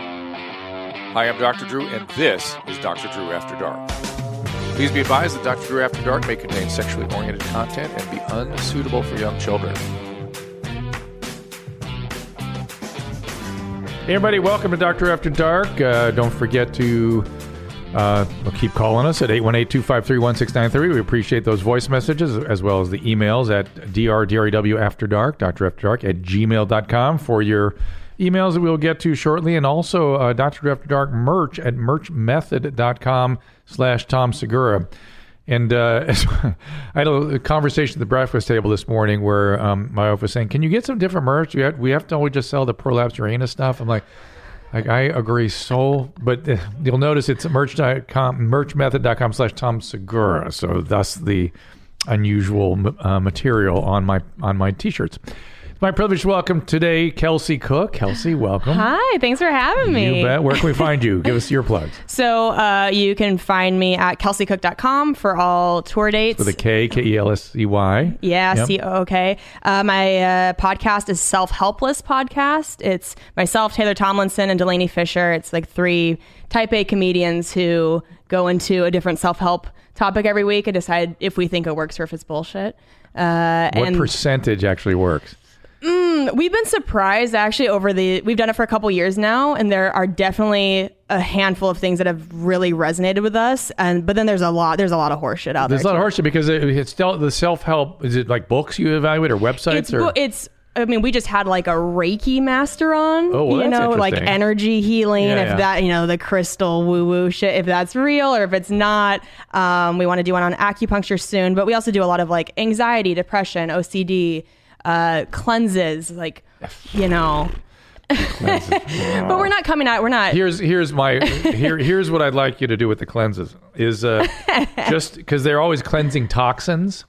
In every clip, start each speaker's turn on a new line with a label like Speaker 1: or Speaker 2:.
Speaker 1: Hi, I'm Dr. Drew, and this is Dr. Drew After Dark. Please be advised that Dr. Drew After Dark may contain sexually oriented content and be unsuitable for young children.
Speaker 2: Hey, everybody, welcome to Doctor After Dark. Uh, don't forget to uh, well, keep calling us at 818 253 1693. We appreciate those voice messages as well as the emails at E drdrawafterdark, drafterdark at gmail.com for your emails that we'll get to shortly. And also uh, Dr. After Dark merch at merchmethod.com slash Tom Segura. And uh, as- I had a conversation at the breakfast table this morning where um, my wife was saying, "Can you get some different merch? We have, we have to always just sell the prolapse uranus stuff." I'm like, like I agree so, but uh, you'll notice it's merch.com, merchmethod.com slash Tom Segura. So that's the unusual uh, material on my on my t-shirts. It's my privilege to welcome today Kelsey Cook. Kelsey, welcome.
Speaker 3: Hi, thanks for having me.
Speaker 2: You bet. Where can we find you? Give us your plugs.
Speaker 3: So uh, you can find me at kelseycook.com for all tour dates.
Speaker 2: With a K, K E L S E Y.
Speaker 3: yeah,
Speaker 2: Yep.
Speaker 3: C O O K. Uh, my uh, podcast is Self Helpless Podcast. It's myself, Taylor Tomlinson, and Delaney Fisher. It's like three type A comedians who go into a different self help topic every week and decide if we think it works or if it's bullshit. Uh,
Speaker 2: What
Speaker 3: and
Speaker 2: percentage actually works?
Speaker 3: We've been surprised actually over the we've done it for a couple years now, and there are definitely a handful of things that have really resonated with us. And but then there's a lot there's a lot of horseshit out
Speaker 2: There's a
Speaker 3: there.
Speaker 2: lot of hardship because it, it's still the self help. Is it like books you evaluate or websites
Speaker 3: it's
Speaker 2: or?
Speaker 3: bo- it's I mean, we just had like a Reiki master on,
Speaker 2: Oh, well,
Speaker 3: you
Speaker 2: that's
Speaker 3: know, like
Speaker 2: interesting.
Speaker 3: energy healing.
Speaker 2: Yeah,
Speaker 3: if
Speaker 2: yeah.
Speaker 3: that, you know, the crystal woo woo shit, if that's real or if it's not. Um, we want to do one on acupuncture soon, but we also do a lot of like anxiety, depression, OCD, uh, cleanses, like, you know. but we're not coming out. We're not.
Speaker 2: here's here's my here here's what I'd like you to do with the cleanses is uh, just because they're always cleansing toxins.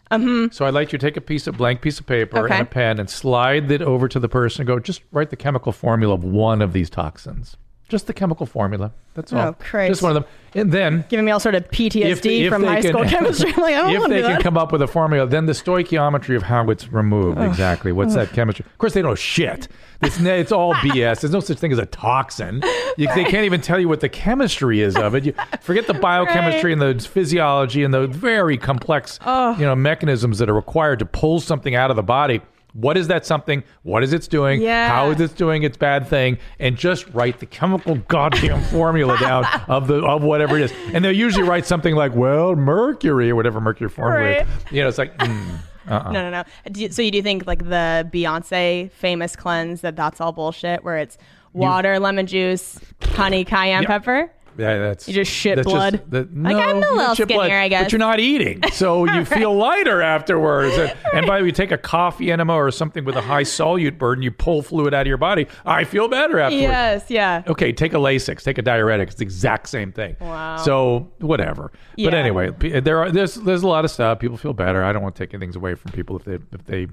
Speaker 2: So I'd like you to take a piece of blank piece of paper
Speaker 3: Mm-hmm. Okay.
Speaker 2: and a pen and slide it over to the person and go just write the chemical formula of one of these toxins. Just the chemical formula. That's all.
Speaker 3: Oh, Christ.
Speaker 2: Just one of them. And then
Speaker 3: giving me all sort of PTSD
Speaker 2: if
Speaker 3: from
Speaker 2: they
Speaker 3: high
Speaker 2: can-
Speaker 3: school chemistry. I'm like, I don't
Speaker 2: if
Speaker 3: want to
Speaker 2: they
Speaker 3: do
Speaker 2: can
Speaker 3: that.
Speaker 2: come up with a formula, then the stoichiometry of how it's removed exactly. What's that chemistry? Of course, they don't know shit. It's, n- it's all BS. There's no such thing as a toxin. You, They can't even tell you what the chemistry is of it. You, forget the biochemistry and the physiology and the very complex you know mechanisms that are required to pull something out of the body. What is that something? What is it's doing?
Speaker 3: Yeah.
Speaker 2: How is it's doing its bad thing? And just write the chemical goddamn formula down of the of whatever it is. And they'll usually write something like, well, mercury or whatever mercury formula. is.
Speaker 3: Right.
Speaker 2: You know, it's like, mm,
Speaker 3: No, no, no. Do you- so you do think like the Beyonce famous cleanse that that's all bullshit, where it's water, lemon juice, honey, cayenne
Speaker 2: Yeah.
Speaker 3: pepper.
Speaker 2: yeah, that's you
Speaker 3: just shit blood?
Speaker 2: that,
Speaker 3: Like,
Speaker 2: no,
Speaker 3: I'm a
Speaker 2: you don't
Speaker 3: little
Speaker 2: shit blood,
Speaker 3: skinnier, I guess.
Speaker 2: but you're not eating, so you feel lighter afterwards. And, and by the way, you take a coffee enema or something with a high solute burden, you pull fluid out of your body. I feel better afterwards.
Speaker 3: Yes, yeah.
Speaker 2: okay, take a Lasix, take a diuretic. It's the exact same thing.
Speaker 3: Wow.
Speaker 2: So whatever. But
Speaker 3: Yeah.
Speaker 2: anyway, p- there are there's there's a lot of stuff. People feel better. I don't want to take anything away from people if they if they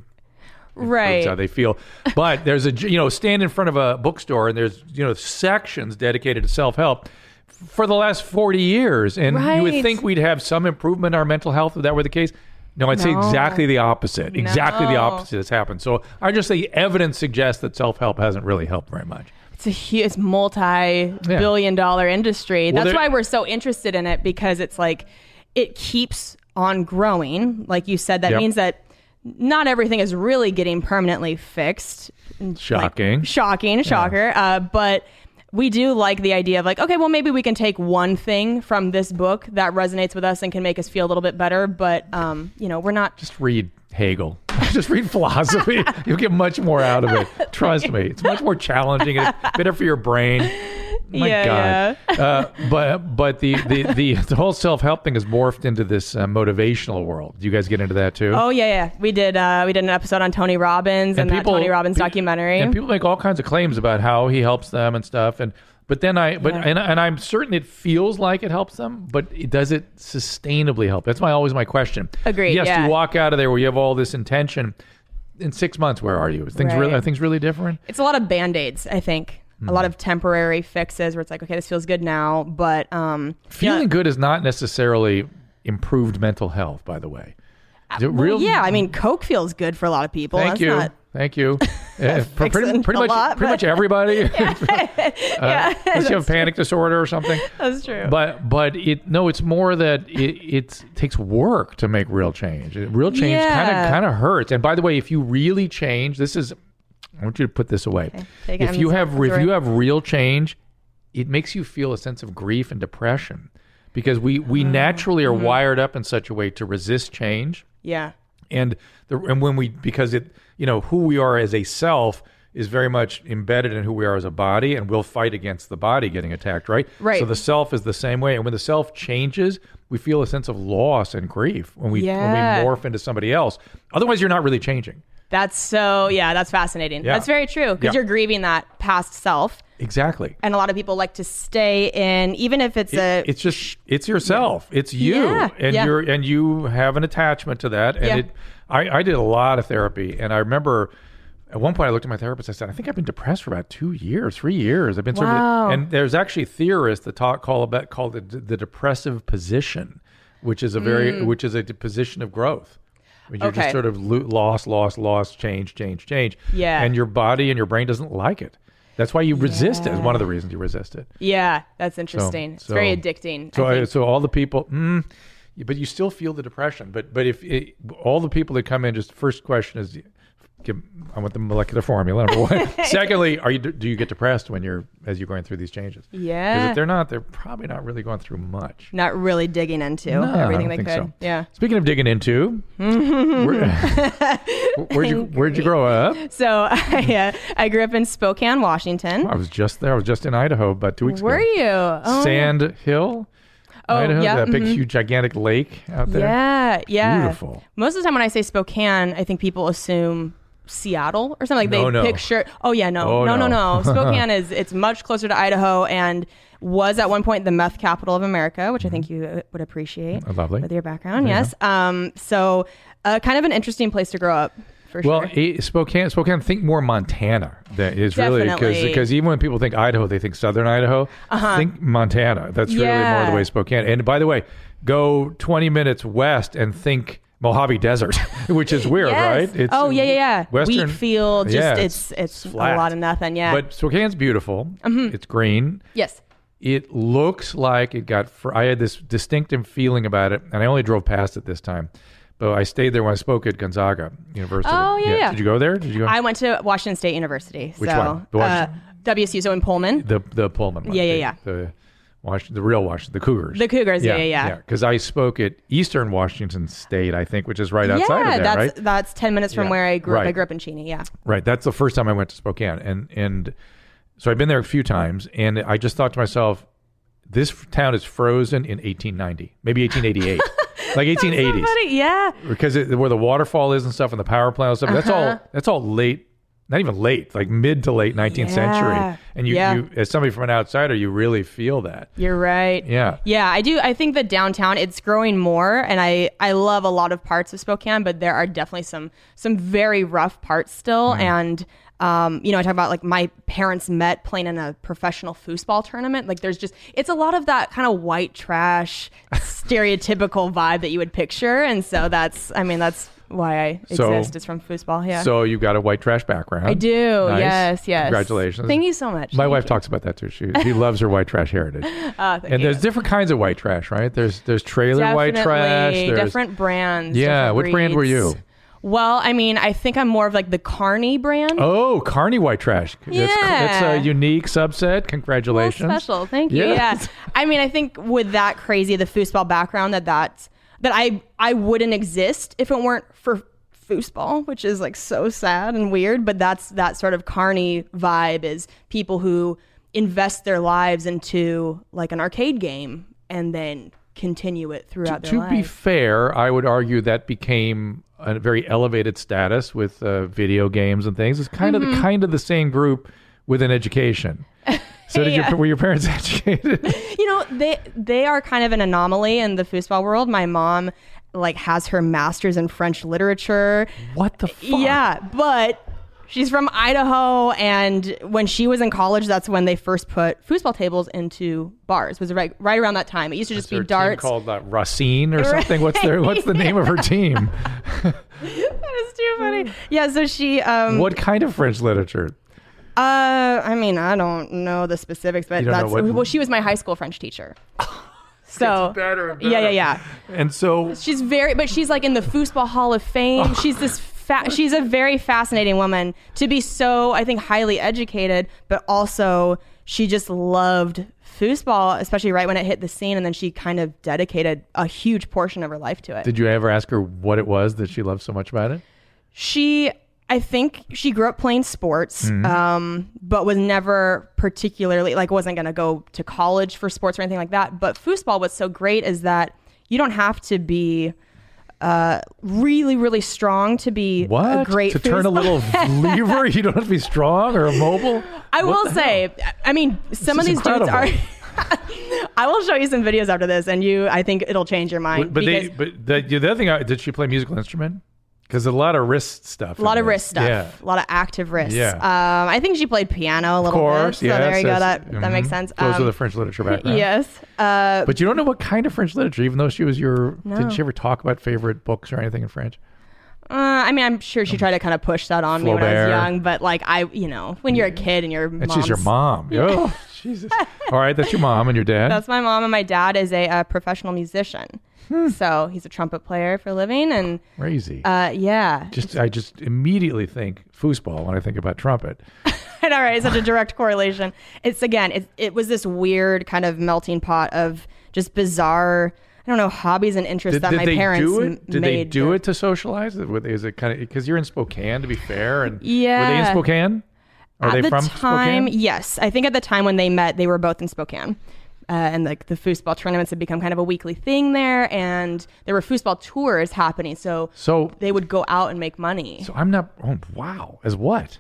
Speaker 3: Right.
Speaker 2: how they feel. But there's a you know stand in front of a bookstore and there's you know sections dedicated to self help for the last forty years, and you would
Speaker 3: Right.
Speaker 2: think we'd have some improvement in our mental health if that were the case. No, I'd say
Speaker 3: No.
Speaker 2: exactly the opposite. Exactly the
Speaker 3: No.
Speaker 2: opposite has happened. So I just say evidence suggests that self help hasn't really helped very much.
Speaker 3: It's a huge, it's multi-billion dollar industry.
Speaker 2: Well,
Speaker 3: That's
Speaker 2: there-
Speaker 3: why we're so interested in it because it's like it keeps on growing. Like you said, that
Speaker 2: Yep.
Speaker 3: means that not everything is really getting permanently fixed.
Speaker 2: Shocking.
Speaker 3: Shocking, shocker. Uh, but we do like the idea of like, okay, well, maybe we can take one thing from this book that resonates with us and can make us feel a little bit better. But um, you know, we're not.
Speaker 2: just read Hegel. just read philosophy. You'll get much more out of it. Trust me. It's much more challenging. It's better for your brain. My
Speaker 3: Yeah,
Speaker 2: God. Uh, but but the, the, the, the whole self help thing has morphed into this uh, motivational world. Do you guys get into that too?
Speaker 3: Oh yeah, yeah. We did. Uh, we did an episode on Tony Robbins and, that Tony Robbins
Speaker 2: pe-
Speaker 3: documentary.
Speaker 2: And people make all kinds of claims about how he helps them and stuff. And but then I but and, and I'm certain it feels like it helps them, but it, does it sustainably help? That's my always my question.
Speaker 3: Agreed,
Speaker 2: Yes,
Speaker 3: yeah.
Speaker 2: you walk out of there where you have all this intention. In six months, where are you? Is things really
Speaker 3: Right.
Speaker 2: are things really different?
Speaker 3: It's a lot of band aids, I think.
Speaker 2: Hmm.
Speaker 3: A lot of temporary fixes where it's like, okay, this feels good now, but um,
Speaker 2: Feeling good is not necessarily improved mental health, by the way. The
Speaker 3: Uh, well, yeah, I mean, Coke feels good for a lot of people.
Speaker 2: Thank
Speaker 3: That's
Speaker 2: you.
Speaker 3: Not,
Speaker 2: Thank you. Yeah, pr- pretty
Speaker 3: fixing
Speaker 2: pretty
Speaker 3: a
Speaker 2: much,
Speaker 3: lot,
Speaker 2: pretty
Speaker 3: but-
Speaker 2: much everybody. Uh,
Speaker 3: yeah,
Speaker 2: Unless you have panic disorder or something.
Speaker 3: that's true.
Speaker 2: But but it no, it's more that it, it takes work to make real change. It- Real change kind
Speaker 3: Yeah.
Speaker 2: of kind of hurts. And by the way, if you really change, this is I want you to put this away.
Speaker 3: Take it.
Speaker 2: If
Speaker 3: I'm
Speaker 2: you have
Speaker 3: sorry.
Speaker 2: if you have real change, it makes you feel a sense of grief and depression because we we
Speaker 3: Oh.
Speaker 2: naturally
Speaker 3: Mm-hmm.
Speaker 2: are wired up in such a way to resist change
Speaker 3: yeah,
Speaker 2: and the and when we because it you know who we are as a self is very much embedded in who we are as a body and we'll fight against the body getting attacked right
Speaker 3: Right.
Speaker 2: so the self is the same way and when the self changes we feel a sense of loss and grief when we
Speaker 3: Yeah.
Speaker 2: when we morph into somebody else otherwise you're not really changing
Speaker 3: that's so. Yeah, that's fascinating.
Speaker 2: Yeah.
Speaker 3: That's very true because
Speaker 2: Yeah.
Speaker 3: you're grieving that past self,
Speaker 2: exactly
Speaker 3: and a lot of people like to stay in, even if it's a
Speaker 2: it's just it's yourself it's you
Speaker 3: Yeah,
Speaker 2: and
Speaker 3: yeah.
Speaker 2: you're and you have an attachment to that and
Speaker 3: Yeah.
Speaker 2: it I, I did a lot of therapy and i remember at one point i looked at my therapist i said i think i've been depressed for about two years three years i've been sort
Speaker 3: Wow.
Speaker 2: of and there's actually theorists that talk call about called it the depressive position which is a very which is a d- position of growth I mean, you're just
Speaker 3: Mm. Okay.
Speaker 2: sort of lo- loss loss loss change change change
Speaker 3: Yeah.
Speaker 2: and your body and your brain doesn't like it that's why you resist it. Is one of the reasons you resist it.
Speaker 3: yeah. That's interesting. it's very
Speaker 2: so-
Speaker 3: addicting.
Speaker 2: So,
Speaker 3: I
Speaker 2: I
Speaker 3: think.
Speaker 2: so all the people, mm, but you still feel the depression. But but if it, all the people that come in, just first question is, give, I want the molecular formula. Number one. Secondly, are you do you get depressed when you're as you're going through these changes? 'Cause
Speaker 3: Yeah.
Speaker 2: if they're not, they're probably not really going through much.
Speaker 3: not really digging into
Speaker 2: No, I don't
Speaker 3: everything they
Speaker 2: think so.
Speaker 3: could. Yeah.
Speaker 2: Speaking of digging into, where, where'd you where'd you grow up?
Speaker 3: So I, uh, I grew up in Spokane, Washington.
Speaker 2: I was just there. I was just in Idaho about two weeks
Speaker 3: Were
Speaker 2: ago.
Speaker 3: you? Oh,
Speaker 2: Sand Hill,
Speaker 3: Oh,
Speaker 2: Idaho.
Speaker 3: yeah,
Speaker 2: that big, huge, gigantic lake out there.
Speaker 3: yeah, yeah.
Speaker 2: Beautiful.
Speaker 3: Most of the time when I say Spokane, I think people assume Seattle or something. Like
Speaker 2: No,
Speaker 3: they
Speaker 2: no.
Speaker 3: picture. Oh yeah, no,
Speaker 2: Oh,
Speaker 3: no, no,
Speaker 2: no.
Speaker 3: no. Spokane is it's much closer to Idaho and was at one point the meth capital of America, which I think
Speaker 2: Mm-hmm.
Speaker 3: you uh, would appreciate.
Speaker 2: Oh, lovely.
Speaker 3: with your background, yes. Um, so uh, kind of an interesting place to grow up for
Speaker 2: Well,
Speaker 3: sure.
Speaker 2: eh, Spokane, Spokane, think more Montana. That is really because
Speaker 3: Definitely. Uh-huh.
Speaker 2: because even when people think Idaho, they think Southern Idaho. Think Montana. That's really more
Speaker 3: Yeah.
Speaker 2: the way Spokane. And by the way, go 20 minutes west and think Mojave Desert, which is weird,
Speaker 3: Yes.
Speaker 2: right? It's
Speaker 3: oh yeah, yeah, yeah.
Speaker 2: Western
Speaker 3: Wheat field. Just
Speaker 2: Yeah,
Speaker 3: it's it's,
Speaker 2: flat.
Speaker 3: a lot of nothing. Yeah.
Speaker 2: But Spokane's beautiful.
Speaker 3: Mm-hmm.
Speaker 2: It's green.
Speaker 3: yes.
Speaker 2: It looks like it got. Fr- I had this distinctive feeling about it, and I only drove past it this time. But I stayed there when I spoke at Gonzaga University.
Speaker 3: Oh, yeah, yeah.
Speaker 2: Did you go there? Did you go?
Speaker 3: I went to Washington State University.
Speaker 2: Which
Speaker 3: so,
Speaker 2: one? The Washington-
Speaker 3: Uh, WSU, so in Pullman.
Speaker 2: The the Pullman one.
Speaker 3: Yeah, yeah,
Speaker 2: the,
Speaker 3: yeah.
Speaker 2: The Washington, the real Washington, the Cougars.
Speaker 3: The Cougars, yeah, yeah, yeah.
Speaker 2: Because I spoke at Eastern Washington State, I think, which is right outside of
Speaker 3: yeah,
Speaker 2: there,
Speaker 3: that's
Speaker 2: right?
Speaker 3: that's ten minutes from
Speaker 2: Yeah.
Speaker 3: where I grew up. I
Speaker 2: Right.
Speaker 3: grew up in Cheney. Yeah,
Speaker 2: Right. That's the first time I went to Spokane, and and so I've been there a few times, and I just thought to myself, this f- town is frozen in 1890, maybe 1888, like 1880s,
Speaker 3: Somebody- yeah,
Speaker 2: because it, where the waterfall is and stuff, and the power plant and stuff. That's
Speaker 3: Uh-huh.
Speaker 2: all. That's all late. Not even late, like mid to late 19th
Speaker 3: Yeah.
Speaker 2: century. And you,
Speaker 3: Yeah.
Speaker 2: you, as somebody from an outsider, you really feel that.
Speaker 3: you're right.
Speaker 2: Yeah.
Speaker 3: yeah, I do. I think that downtown it's growing more, and I I love a lot of parts of Spokane, but there are definitely some some very rough parts still,
Speaker 2: Mm-hmm.
Speaker 3: and. Um, you know, I talk about like my parents met playing in a professional foosball tournament. Like, there's just it's a lot of that kind of white trash, stereotypical vibe that you would picture, and so that's I mean that's why I
Speaker 2: So-
Speaker 3: exist is from foosball. Yeah.
Speaker 2: So you've got a white trash background.
Speaker 3: I do.
Speaker 2: Nice.
Speaker 3: Yes, yes.
Speaker 2: Congratulations.
Speaker 3: Thank you so much.
Speaker 2: My
Speaker 3: Thank
Speaker 2: wife
Speaker 3: you.
Speaker 2: talks about that too. She she loves her white trash heritage.
Speaker 3: Uh, thank
Speaker 2: and
Speaker 3: you.
Speaker 2: there's different kinds of white trash, right? There's there's trailer white trash.
Speaker 3: Definitely
Speaker 2: There's
Speaker 3: different brands.
Speaker 2: Yeah,
Speaker 3: different
Speaker 2: what brand were
Speaker 3: breeds.
Speaker 2: you?
Speaker 3: Well, I mean, I think I'm more of like the Carney brand.
Speaker 2: oh, Carney white trash. That's,
Speaker 3: Yeah.
Speaker 2: that's a unique subset.
Speaker 3: Well,
Speaker 2: Congratulations.
Speaker 3: special. Thank you.
Speaker 2: Yes.
Speaker 3: Yeah. I mean, I think with that crazy the foosball background that that's that I I wouldn't exist if it weren't for foosball, which is like so sad and weird, but that's that sort of carny vibe is people who invest their lives into like an arcade game and then continue it throughout their
Speaker 2: To be
Speaker 3: life.
Speaker 2: fair, I would argue that became a very elevated status with uh, video games and things. It's kind
Speaker 3: Mm-hmm.
Speaker 2: of the kind of the same group with an education. So did
Speaker 3: Yeah.
Speaker 2: your, were your parents educated?
Speaker 3: you know, they they are kind of an anomaly in the foosball world. My mom like has her masters in French literature.
Speaker 2: what the fuck?
Speaker 3: Yeah, but she's from Idaho, and when she was in college, that's when they first put foosball tables into bars. Was right right around that time. It used to just
Speaker 2: Their
Speaker 3: be
Speaker 2: team
Speaker 3: darts.
Speaker 2: called uh, Racine or something. What's their What's the name of her team?
Speaker 3: That is too funny. Yeah, so she um
Speaker 2: What kind of French literature?
Speaker 3: uh I mean, I don't know the specifics, but
Speaker 2: You don't know
Speaker 3: that's
Speaker 2: what-
Speaker 3: well she was my high school French teacher. So
Speaker 2: better and
Speaker 3: Yeah, yeah,
Speaker 2: better.
Speaker 3: yeah.
Speaker 2: And so
Speaker 3: She's very but she's like in the foosball hall of fame. She's this fa- she's a very fascinating woman to be so I think highly educated, but also she just loved foosball, especially right when it hit the scene and then she kind of dedicated a huge portion of her life to it.
Speaker 2: did you ever ask her what it was that she loved so much about it?
Speaker 3: she i think she grew up playing sports
Speaker 2: Mm-hmm.
Speaker 3: um, but was never particularly like wasn't going to go to college for sports or anything like that but foosball what's so great is that you don't have to be uh, really really strong to be
Speaker 2: What?
Speaker 3: a great
Speaker 2: to turn a
Speaker 3: foosball-
Speaker 2: little lever, you don't have to be strong or mobile.
Speaker 3: i
Speaker 2: What
Speaker 3: will
Speaker 2: the
Speaker 3: say i mean some
Speaker 2: is
Speaker 3: of these
Speaker 2: incredible.
Speaker 3: dudes are i will show you some videos after this and you i think it'll change your
Speaker 2: But,
Speaker 3: mind
Speaker 2: but they,
Speaker 3: because-
Speaker 2: but the, the other thing, I- did she play musical instrument? Because a lot of wrist stuff.
Speaker 3: A lot of wrist stuff.
Speaker 2: Yeah.
Speaker 3: A lot of active wrist.
Speaker 2: Yeah.
Speaker 3: Um, I think she played piano a
Speaker 2: Of
Speaker 3: little
Speaker 2: course.
Speaker 3: bit. So
Speaker 2: yes,
Speaker 3: there you go.
Speaker 2: yes.
Speaker 3: That that makes
Speaker 2: Mhm.
Speaker 3: sense.
Speaker 2: Those
Speaker 3: Um,
Speaker 2: are the French literature background.
Speaker 3: yes. Uh,
Speaker 2: But you don't know what kind of French literature, even though she was your.
Speaker 3: No.
Speaker 2: Didn't she ever talk about favorite books or anything in French?
Speaker 3: uh, I mean, I'm sure she tried to kind of push that on me when I
Speaker 2: Um, Flaubert.
Speaker 3: was young, but like I, you know, when you're a kid and your
Speaker 2: And she's your
Speaker 3: mom's-
Speaker 2: mom. Oh, Jesus. All right, that's your mom and your dad.
Speaker 3: That's my mom, and my dad is a uh, professional musician.
Speaker 2: Hmm.
Speaker 3: So he's a trumpet player for a living, and
Speaker 2: Crazy.
Speaker 3: uh, yeah,
Speaker 2: just I just immediately think foosball when I think about trumpet.
Speaker 3: All right, Such a direct correlation. It's again, it, it was this weird kind of melting pot of just bizarre, I don't know, hobbies and interests
Speaker 2: Did,
Speaker 3: that
Speaker 2: did
Speaker 3: my
Speaker 2: they
Speaker 3: parents
Speaker 2: do
Speaker 3: m-
Speaker 2: it? Did they
Speaker 3: made.
Speaker 2: do it to socialize? Were they- Is it kind of because you're in Spokane to be fair? And were they in
Speaker 3: Yeah.
Speaker 2: Spokane? Are
Speaker 3: at
Speaker 2: they
Speaker 3: the
Speaker 2: from
Speaker 3: time,
Speaker 2: Spokane?
Speaker 3: yes, I think at the time when they met, they were both in Spokane. Uh, and like the foosball tournaments had become kind of a weekly thing there, and there were foosball tours happening, so
Speaker 2: So,
Speaker 3: they would go out and make money.
Speaker 2: so I'm not. Oh, wow. As what?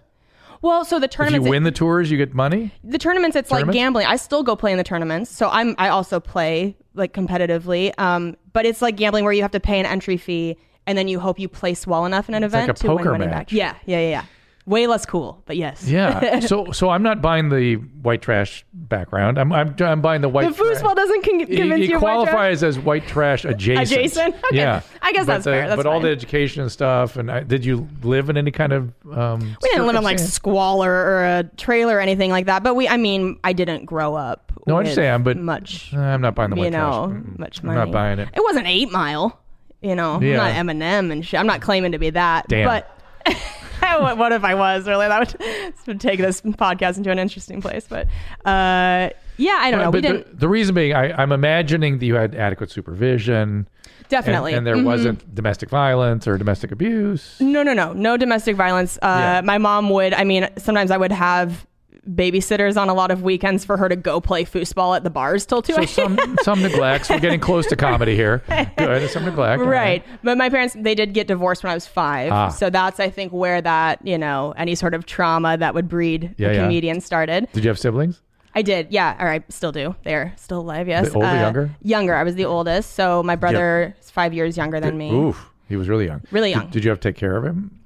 Speaker 3: well, so the
Speaker 2: If you
Speaker 3: tournaments,
Speaker 2: win the tours, you get money.
Speaker 3: the tournaments it's
Speaker 2: Tournaments?
Speaker 3: like gambling i still go play in the tournaments so i'm i also play like competitively um but it's like gambling where you have to pay an entry fee and then you hope you place well enough in an
Speaker 2: like
Speaker 3: event
Speaker 2: a
Speaker 3: to win
Speaker 2: poker
Speaker 3: money
Speaker 2: match.
Speaker 3: back yeah yeah yeah yeah way less cool but yes
Speaker 2: Yeah. so, so I'm not buying the white trash background. I'm, I'm, I'm buying the
Speaker 3: the
Speaker 2: white. trash.
Speaker 3: foosball doesn't con-
Speaker 2: He-
Speaker 3: convince
Speaker 2: he
Speaker 3: you white trash?
Speaker 2: qualifies as white trash adjacent.
Speaker 3: Adjacent? Okay.
Speaker 2: Yeah,
Speaker 3: I guess
Speaker 2: but
Speaker 3: that's fair. That's
Speaker 2: but all
Speaker 3: fine.
Speaker 2: the education and stuff. And I, did you live in any kind of? Um,
Speaker 3: we didn't live in like
Speaker 2: circumstance?
Speaker 3: squalor or a trailer or anything like that but we i mean i didn't grow up
Speaker 2: No, I
Speaker 3: with
Speaker 2: understand, but-
Speaker 3: much
Speaker 2: Uh, I'm not buying the white
Speaker 3: you know
Speaker 2: trash. Mm-mm.
Speaker 3: much
Speaker 2: I'm
Speaker 3: money
Speaker 2: not buying it.
Speaker 3: it wasn't eight mile you know
Speaker 2: Yeah.
Speaker 3: i'm not eminem and shit i'm not claiming to be that
Speaker 2: Damn.
Speaker 3: but what, what if I was really? That would, this would take this podcast into an interesting place. But uh, yeah, I don't know.
Speaker 2: But
Speaker 3: We
Speaker 2: the,
Speaker 3: didn't
Speaker 2: the reason being, I, I'm imagining that you had adequate supervision, and,
Speaker 3: definitely.
Speaker 2: and there
Speaker 3: Mhm.
Speaker 2: wasn't domestic violence or domestic abuse.
Speaker 3: no, no, no, no domestic violence. Uh,
Speaker 2: Yeah.
Speaker 3: My mom would. I mean, sometimes I would have babysitters on a lot of weekends for her to go play foosball at the bars till two.
Speaker 2: So some some neglects. We're getting close to comedy here. Good. Some neglect. all
Speaker 3: Right. But my parents, they did get divorced when I was five.
Speaker 2: Ah.
Speaker 3: So that's, I think, where that, you know, any sort of trauma that would breed
Speaker 2: Yeah,
Speaker 3: a
Speaker 2: yeah.
Speaker 3: comedian started.
Speaker 2: Did you have siblings?
Speaker 3: I did. Yeah. Or I still do. They're still alive. Yes. Uh,
Speaker 2: The older, younger?
Speaker 3: Younger. I was the oldest. So my brother is five years younger than me.
Speaker 2: Oof. He was really young.
Speaker 3: Really
Speaker 2: Did-
Speaker 3: young.
Speaker 2: Did, you have to take care of him?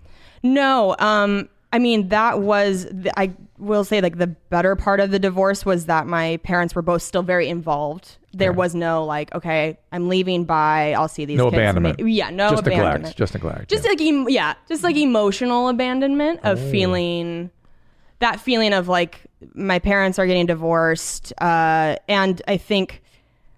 Speaker 3: No. Um, I mean, that was, the, I will say, like, the better part of the divorce was that my parents were both still very involved. There was no, like, okay, I'm leaving by, I'll see these
Speaker 2: No
Speaker 3: kids. and
Speaker 2: abandonment.
Speaker 3: Oh, they- yeah, no
Speaker 2: just
Speaker 3: abandonment.
Speaker 2: neglect. Just neglect.
Speaker 3: just
Speaker 2: yeah.
Speaker 3: like em- yeah just like emotional abandonment of feeling that feeling of like my parents are getting divorced uh, and i think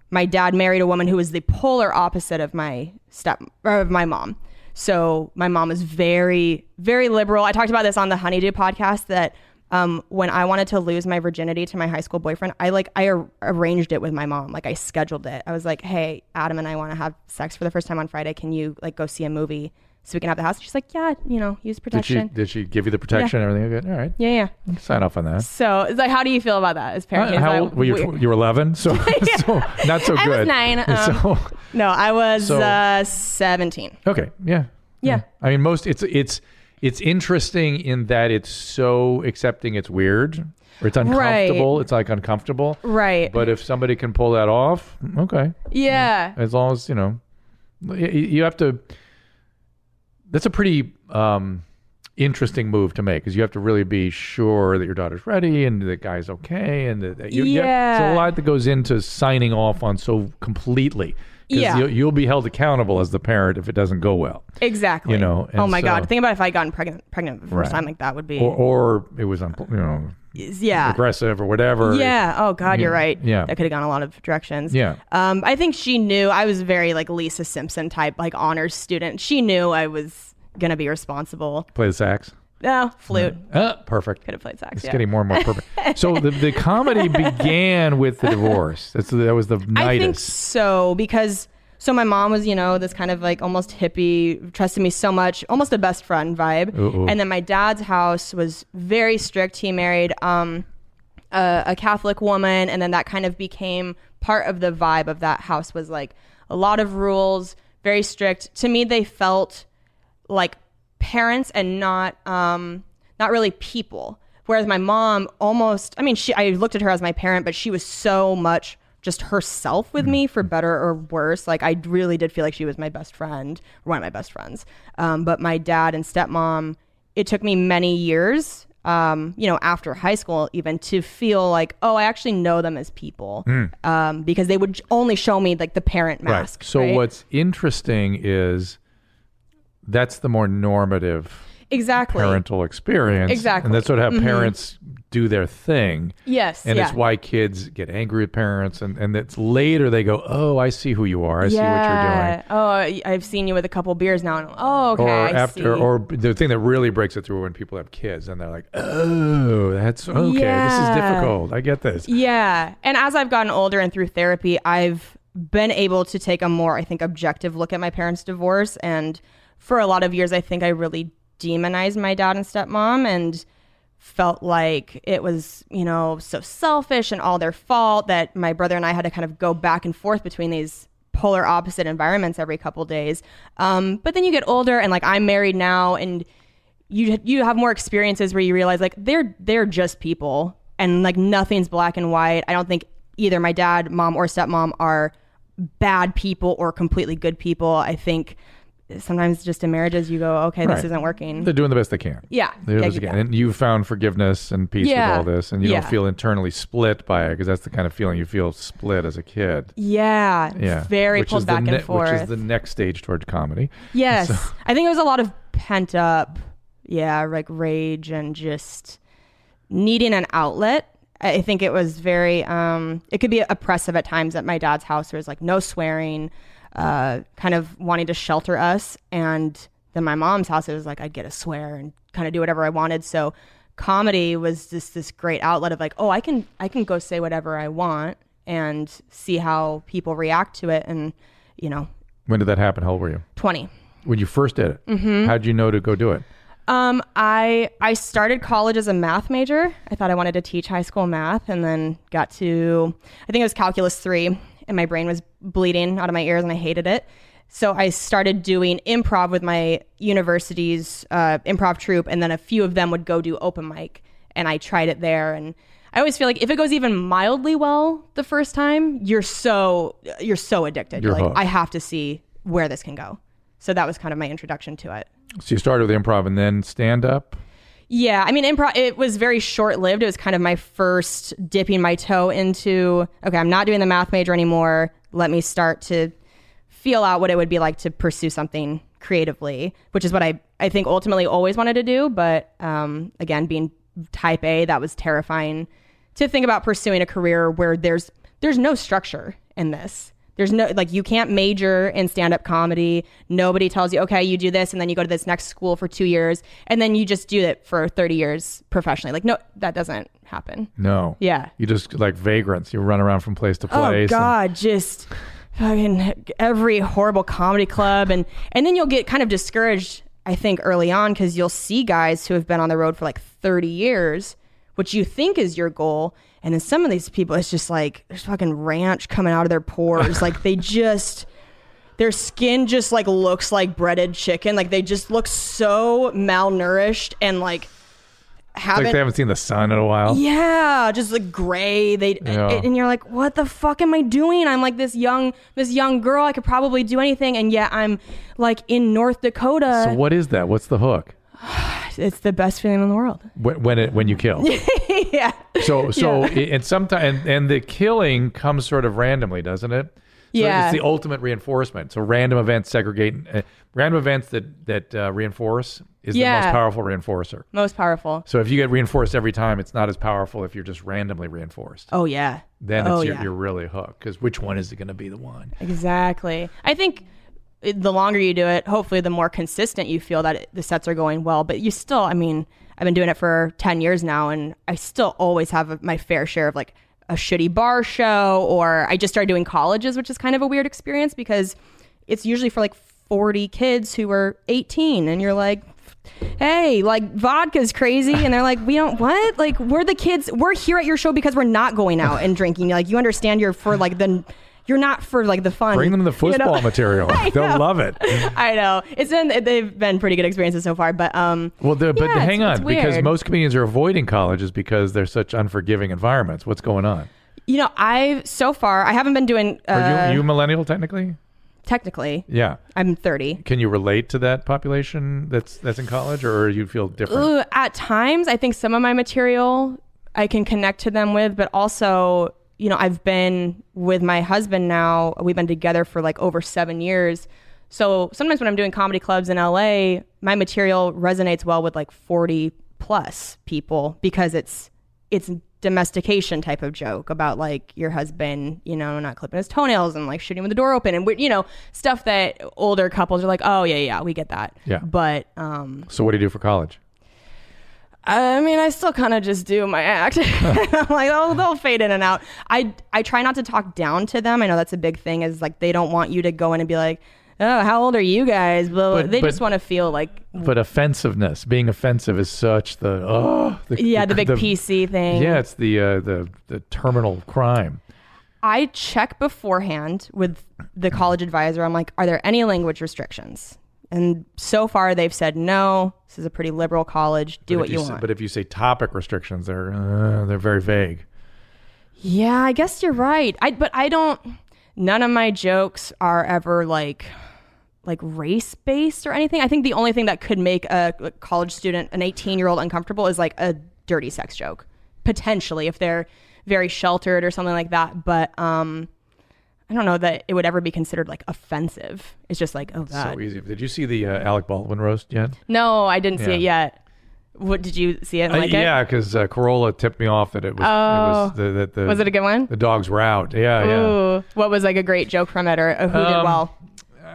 Speaker 3: my dad married a woman who was the polar opposite of my step or of my mom so my mom is very very liberal i talked about this on the honeydew podcast that um, when i wanted to lose my virginity to my high school boyfriend i like i ar- arranged it with my mom like i scheduled it i was like hey adam and i want to have sex for the first time on friday can you like go see a movie so we can have the house she's like yeah you know use
Speaker 2: Did she
Speaker 3: protection
Speaker 2: did she give you the protection and everything? Good. All right.
Speaker 3: yeah yeah
Speaker 2: Sign off on that. Uh,
Speaker 3: so it's like how do you feel about that as parenting
Speaker 2: How
Speaker 3: I-
Speaker 2: old were you?
Speaker 3: we-
Speaker 2: tw- You were 11, so, so not so
Speaker 3: I was
Speaker 2: good.
Speaker 3: nine, um,
Speaker 2: so
Speaker 3: no i was
Speaker 2: So-
Speaker 3: uh, 17
Speaker 2: okay, yeah,
Speaker 3: Yeah.
Speaker 2: I mean, most it's it's it's interesting in that it's so accepting. It's weird. Or it's uncomfortable. It's like uncomfortable.
Speaker 3: right
Speaker 2: But if somebody can pull that off, okay.
Speaker 3: yeah
Speaker 2: As long as you know, y- y- you have to. That's a pretty um, interesting move to make, because you have to really be sure that your daughter's ready and the guy's okay, and that that you, you have- it's
Speaker 3: Yeah.
Speaker 2: a lot that goes into signing off on so completely.
Speaker 3: Yeah.
Speaker 2: you'll, you'll be held accountable as the parent if it doesn't go well.
Speaker 3: Exactly.
Speaker 2: You know, and
Speaker 3: Oh my
Speaker 2: so-
Speaker 3: God. Think about if I had gotten pregnant, pregnant the
Speaker 2: Right.
Speaker 3: first time like that would be.
Speaker 2: Or, or it was, unpl- you know,
Speaker 3: yeah.
Speaker 2: aggressive or whatever.
Speaker 3: Ah. Yeah. Oh God, you're right.
Speaker 2: Yeah.
Speaker 3: That could have gone a lot of directions.
Speaker 2: Yeah.
Speaker 3: Um, I think she knew I was very like Lisa Simpson type, like honors student. She knew I was gonna be responsible.
Speaker 2: Play the sax.
Speaker 3: No, flute.
Speaker 2: Uh, perfect.
Speaker 3: Could have played sax.
Speaker 2: It's
Speaker 3: yeah.
Speaker 2: getting more and more perfect. so the, the comedy began with the divorce. That's that was the
Speaker 3: I think
Speaker 2: nidus.
Speaker 3: so because so my mom was you know this kind of like almost hippie trusted me so much almost a best friend vibe
Speaker 2: Uh-oh.
Speaker 3: and then my dad's house was very strict he married um a, a catholic woman and then that kind of became part of the vibe of that house was like a lot of rules very strict to me they felt like parents and not um not really people whereas my mom almost i mean she i looked at her as my parent but she was so much just herself with me for better or worse like i really did feel like she was my best friend or one of my best friends um, but my dad and stepmom it took me many years um, you know after high school even to feel like oh i actually know them as people
Speaker 2: Hmm.
Speaker 3: um, because they would j- only show me like the parent mask
Speaker 2: So
Speaker 3: right?
Speaker 2: what's interesting is that's the more normative
Speaker 3: exactly
Speaker 2: parental experience.
Speaker 3: Exactly.
Speaker 2: And that's sort of how parents do their thing.
Speaker 3: yes
Speaker 2: And
Speaker 3: yeah.
Speaker 2: it's why kids get angry at parents and, and it's later they go, Oh, I see who you are. I see what you're doing.
Speaker 3: Oh, I- I've seen you with a couple beers now. And, oh, okay.
Speaker 2: or
Speaker 3: I see.
Speaker 2: after or the thing that really breaks it through when people have kids and they're like oh that's okay this is
Speaker 3: Yeah.
Speaker 2: difficult i get this
Speaker 3: yeah. And as I've gotten older and through therapy, I've been able to take a more, I think, objective look at my parents' divorce. And for a lot of years, I think I really demonized my dad and stepmom and felt like it was, you know, so selfish and all their fault that my brother and I had to kind of go back and forth between these polar opposite environments every couple days. Um, but then you get older and like I'm married now and you you have more experiences where you realize like they're they're just people and like nothing's black and white. I don't think either my dad, mom, or stepmom are bad people or completely good people. I think sometimes just in marriages you go, okay,
Speaker 2: Right.
Speaker 3: this isn't working.
Speaker 2: they're doing the best they can
Speaker 3: yeah,
Speaker 2: They're doing the
Speaker 3: yeah,
Speaker 2: best they
Speaker 3: yeah.
Speaker 2: can. and you found forgiveness and peace
Speaker 3: Yeah.
Speaker 2: with all this and you
Speaker 3: Yeah.
Speaker 2: don't feel internally split by it because that's the kind of feeling you feel split as a kid
Speaker 3: Yeah,
Speaker 2: yeah
Speaker 3: very
Speaker 2: Which
Speaker 3: pulled
Speaker 2: is the
Speaker 3: back
Speaker 2: ne-
Speaker 3: and forth.
Speaker 2: which is the next stage toward comedy
Speaker 3: yes, I think it was a lot of pent up, yeah, like rage and just needing an outlet. I I think it was very, um, it could be oppressive at times at my dad's house. There was like no swearing, uh, kind of wanting to shelter us. And then my mom's house, it was like I'd get a swear and kind of do whatever I wanted. So comedy was just this great outlet of like, oh, I can, I can go say whatever I want and see how people react to it. And, you know,
Speaker 2: when did that happen how old were you
Speaker 3: 20.
Speaker 2: when you first did it
Speaker 3: Mm-hmm.
Speaker 2: how'd you know to go do it
Speaker 3: Um, I I started college as a math major. I thought I wanted to teach high school math, and then got to I think it was calculus three, and my brain was bleeding out of my ears, and I hated it. So I started doing improv with my university's uh, improv troupe, and then a few of them would go do open mic, and I tried it there. And I always feel like if it goes even mildly well the first time, you're so you're so addicted. You're
Speaker 2: You're
Speaker 3: like,
Speaker 2: hooked.
Speaker 3: I have to see where this can go. So that was kind of my introduction to it.
Speaker 2: so you started with improv and then stand up
Speaker 3: Yeah, I mean, improv. It was very short lived. It was kind of my first dipping my toe into. Okay, I'm not doing the math major anymore. Let me start to feel out what it would be like to pursue something creatively, which is what I I think ultimately always wanted to do. But um, again, being type A, that was terrifying to think about pursuing a career where there's there's no structure in this. There's no like you can't major in stand up comedy. Nobody tells you, okay, you do this and then you go to this next school for two years and then you just do it for thirty years professionally. Like no, that doesn't happen.
Speaker 2: no
Speaker 3: Yeah.
Speaker 2: you just like vagrants you run around from place to place
Speaker 3: Oh
Speaker 2: and-
Speaker 3: God, just fucking every horrible comedy club, and and then you'll get kind of discouraged. I think early on because you'll see guys who have been on the road for like thirty years, which you think is your goal, and then some of these people, it's just like there's fucking ranch coming out of their pores, like they just. Their skin just like looks like breaded chicken. Like they just look so malnourished and like
Speaker 2: It's
Speaker 3: haven't
Speaker 2: like they haven't seen the sun in a while.
Speaker 3: yeah just like gray they
Speaker 2: Yeah.
Speaker 3: and you're like what the fuck am i doing i'm like this young this young girl i could probably do anything and yet i'm like in north dakota
Speaker 2: So what is that? What's the hook?
Speaker 3: it's the best feeling in the world
Speaker 2: When, when it when you kill.
Speaker 3: yeah
Speaker 2: So so i- and sometimes and, and the killing comes sort of randomly, doesn't it?
Speaker 3: Yeah.
Speaker 2: it's the ultimate reinforcement. So random events segregate. Uh, random events that that uh, reinforce is the
Speaker 3: Yeah.
Speaker 2: most powerful reinforcer.
Speaker 3: Most powerful.
Speaker 2: So if you get reinforced every time, it's not as powerful if you're just randomly reinforced.
Speaker 3: Oh yeah.
Speaker 2: Then
Speaker 3: oh,
Speaker 2: it's, you're,
Speaker 3: yeah.
Speaker 2: you're really hooked because which one is it going to be the one?
Speaker 3: Exactly. I think it- the longer you do it, hopefully, the more consistent you feel that it, the sets are going well. But you still, I mean, I've been doing it for 10 years now, and I still always have a, my fair share of like a shitty bar show, or I just started doing colleges, which is kind of a weird experience because it's usually for like 40 kids who are 18, and you're like, hey, like vodka's crazy. And they're like, we don't, what? Like, we're the kids, we're here at your show because we're not going out and drinking. Like, you understand you're for like the, you're not for like the fun.
Speaker 2: Bring them the
Speaker 3: you know?
Speaker 2: football material.
Speaker 3: I
Speaker 2: They'll
Speaker 3: know.
Speaker 2: love it.
Speaker 3: I know. It's been, they've been pretty good experiences so far, but, um,
Speaker 2: Well, the, but
Speaker 3: Yeah, it's-
Speaker 2: hang
Speaker 3: it's
Speaker 2: on, because
Speaker 3: weird.
Speaker 2: most comedians are avoiding colleges because they're such unforgiving environments. What's going on?
Speaker 3: you know, I've, so far, I haven't been doing, uh,
Speaker 2: Are you, you millennial technically?
Speaker 3: technically,
Speaker 2: Yeah.
Speaker 3: I'm 30.
Speaker 2: Can you relate to that population that's that's in college, or you feel different?
Speaker 3: Ooh, at times, I think some of my material I can connect to them with, but also, you know, I've been with my husband now. We've been together for like over seven years. So sometimes when I'm doing comedy clubs in LA, my material resonates well with like 40 plus people because it's it's domestication type of joke about like your husband, you know, not clipping his toenails and like shooting with the door open and we- you know stuff that older couples are like, oh yeah yeah we get that.
Speaker 2: Yeah.
Speaker 3: But um,
Speaker 2: So, what do you do for college?
Speaker 3: I mean, I still kind of just do my act. I'm like, oh, they'll fade in and out. I I try not to talk down to them. I know that's a big thing. Is like they don't want you to go in and be like, oh, how old are you guys? But,
Speaker 2: But-
Speaker 3: they
Speaker 2: but-
Speaker 3: just want to feel like,
Speaker 2: But offensiveness, being offensive, is such the oh the,
Speaker 3: yeah, the big PC thing.
Speaker 2: Yeah, it's the uh, the the terminal crime.
Speaker 3: I check beforehand with the college advisor. I'm like, are there any language restrictions? And so far, they've said no. This is a pretty liberal college. Do
Speaker 2: But
Speaker 3: what
Speaker 2: if
Speaker 3: you,
Speaker 2: say-
Speaker 3: want.
Speaker 2: But if you say topic restrictions, they're uh, they're very vague.
Speaker 3: Yeah, I guess you're right. I but I don't none of my jokes are ever like like race based or anything. I think the only thing that could make a a college student, an 18 year old, uncomfortable is like a dirty sex joke, potentially if they're very sheltered or something like that. But um, I don't know that it would ever be considered like offensive. It's just like oh god,
Speaker 2: So easy. Did you see the uh, Alec Baldwin roast yet?
Speaker 3: no, I didn't see it
Speaker 2: Yeah.
Speaker 3: yet. What did you see it? and
Speaker 2: Uh,
Speaker 3: Like it?
Speaker 2: yeah, because uh, Corolla tipped me off that it was.
Speaker 3: Oh.
Speaker 2: it was, the, that the,
Speaker 3: Was it a good one?
Speaker 2: The dogs were out. Yeah, yeah.
Speaker 3: Ooh, what was like a great joke from it, or uh, who did
Speaker 2: Um,
Speaker 3: well?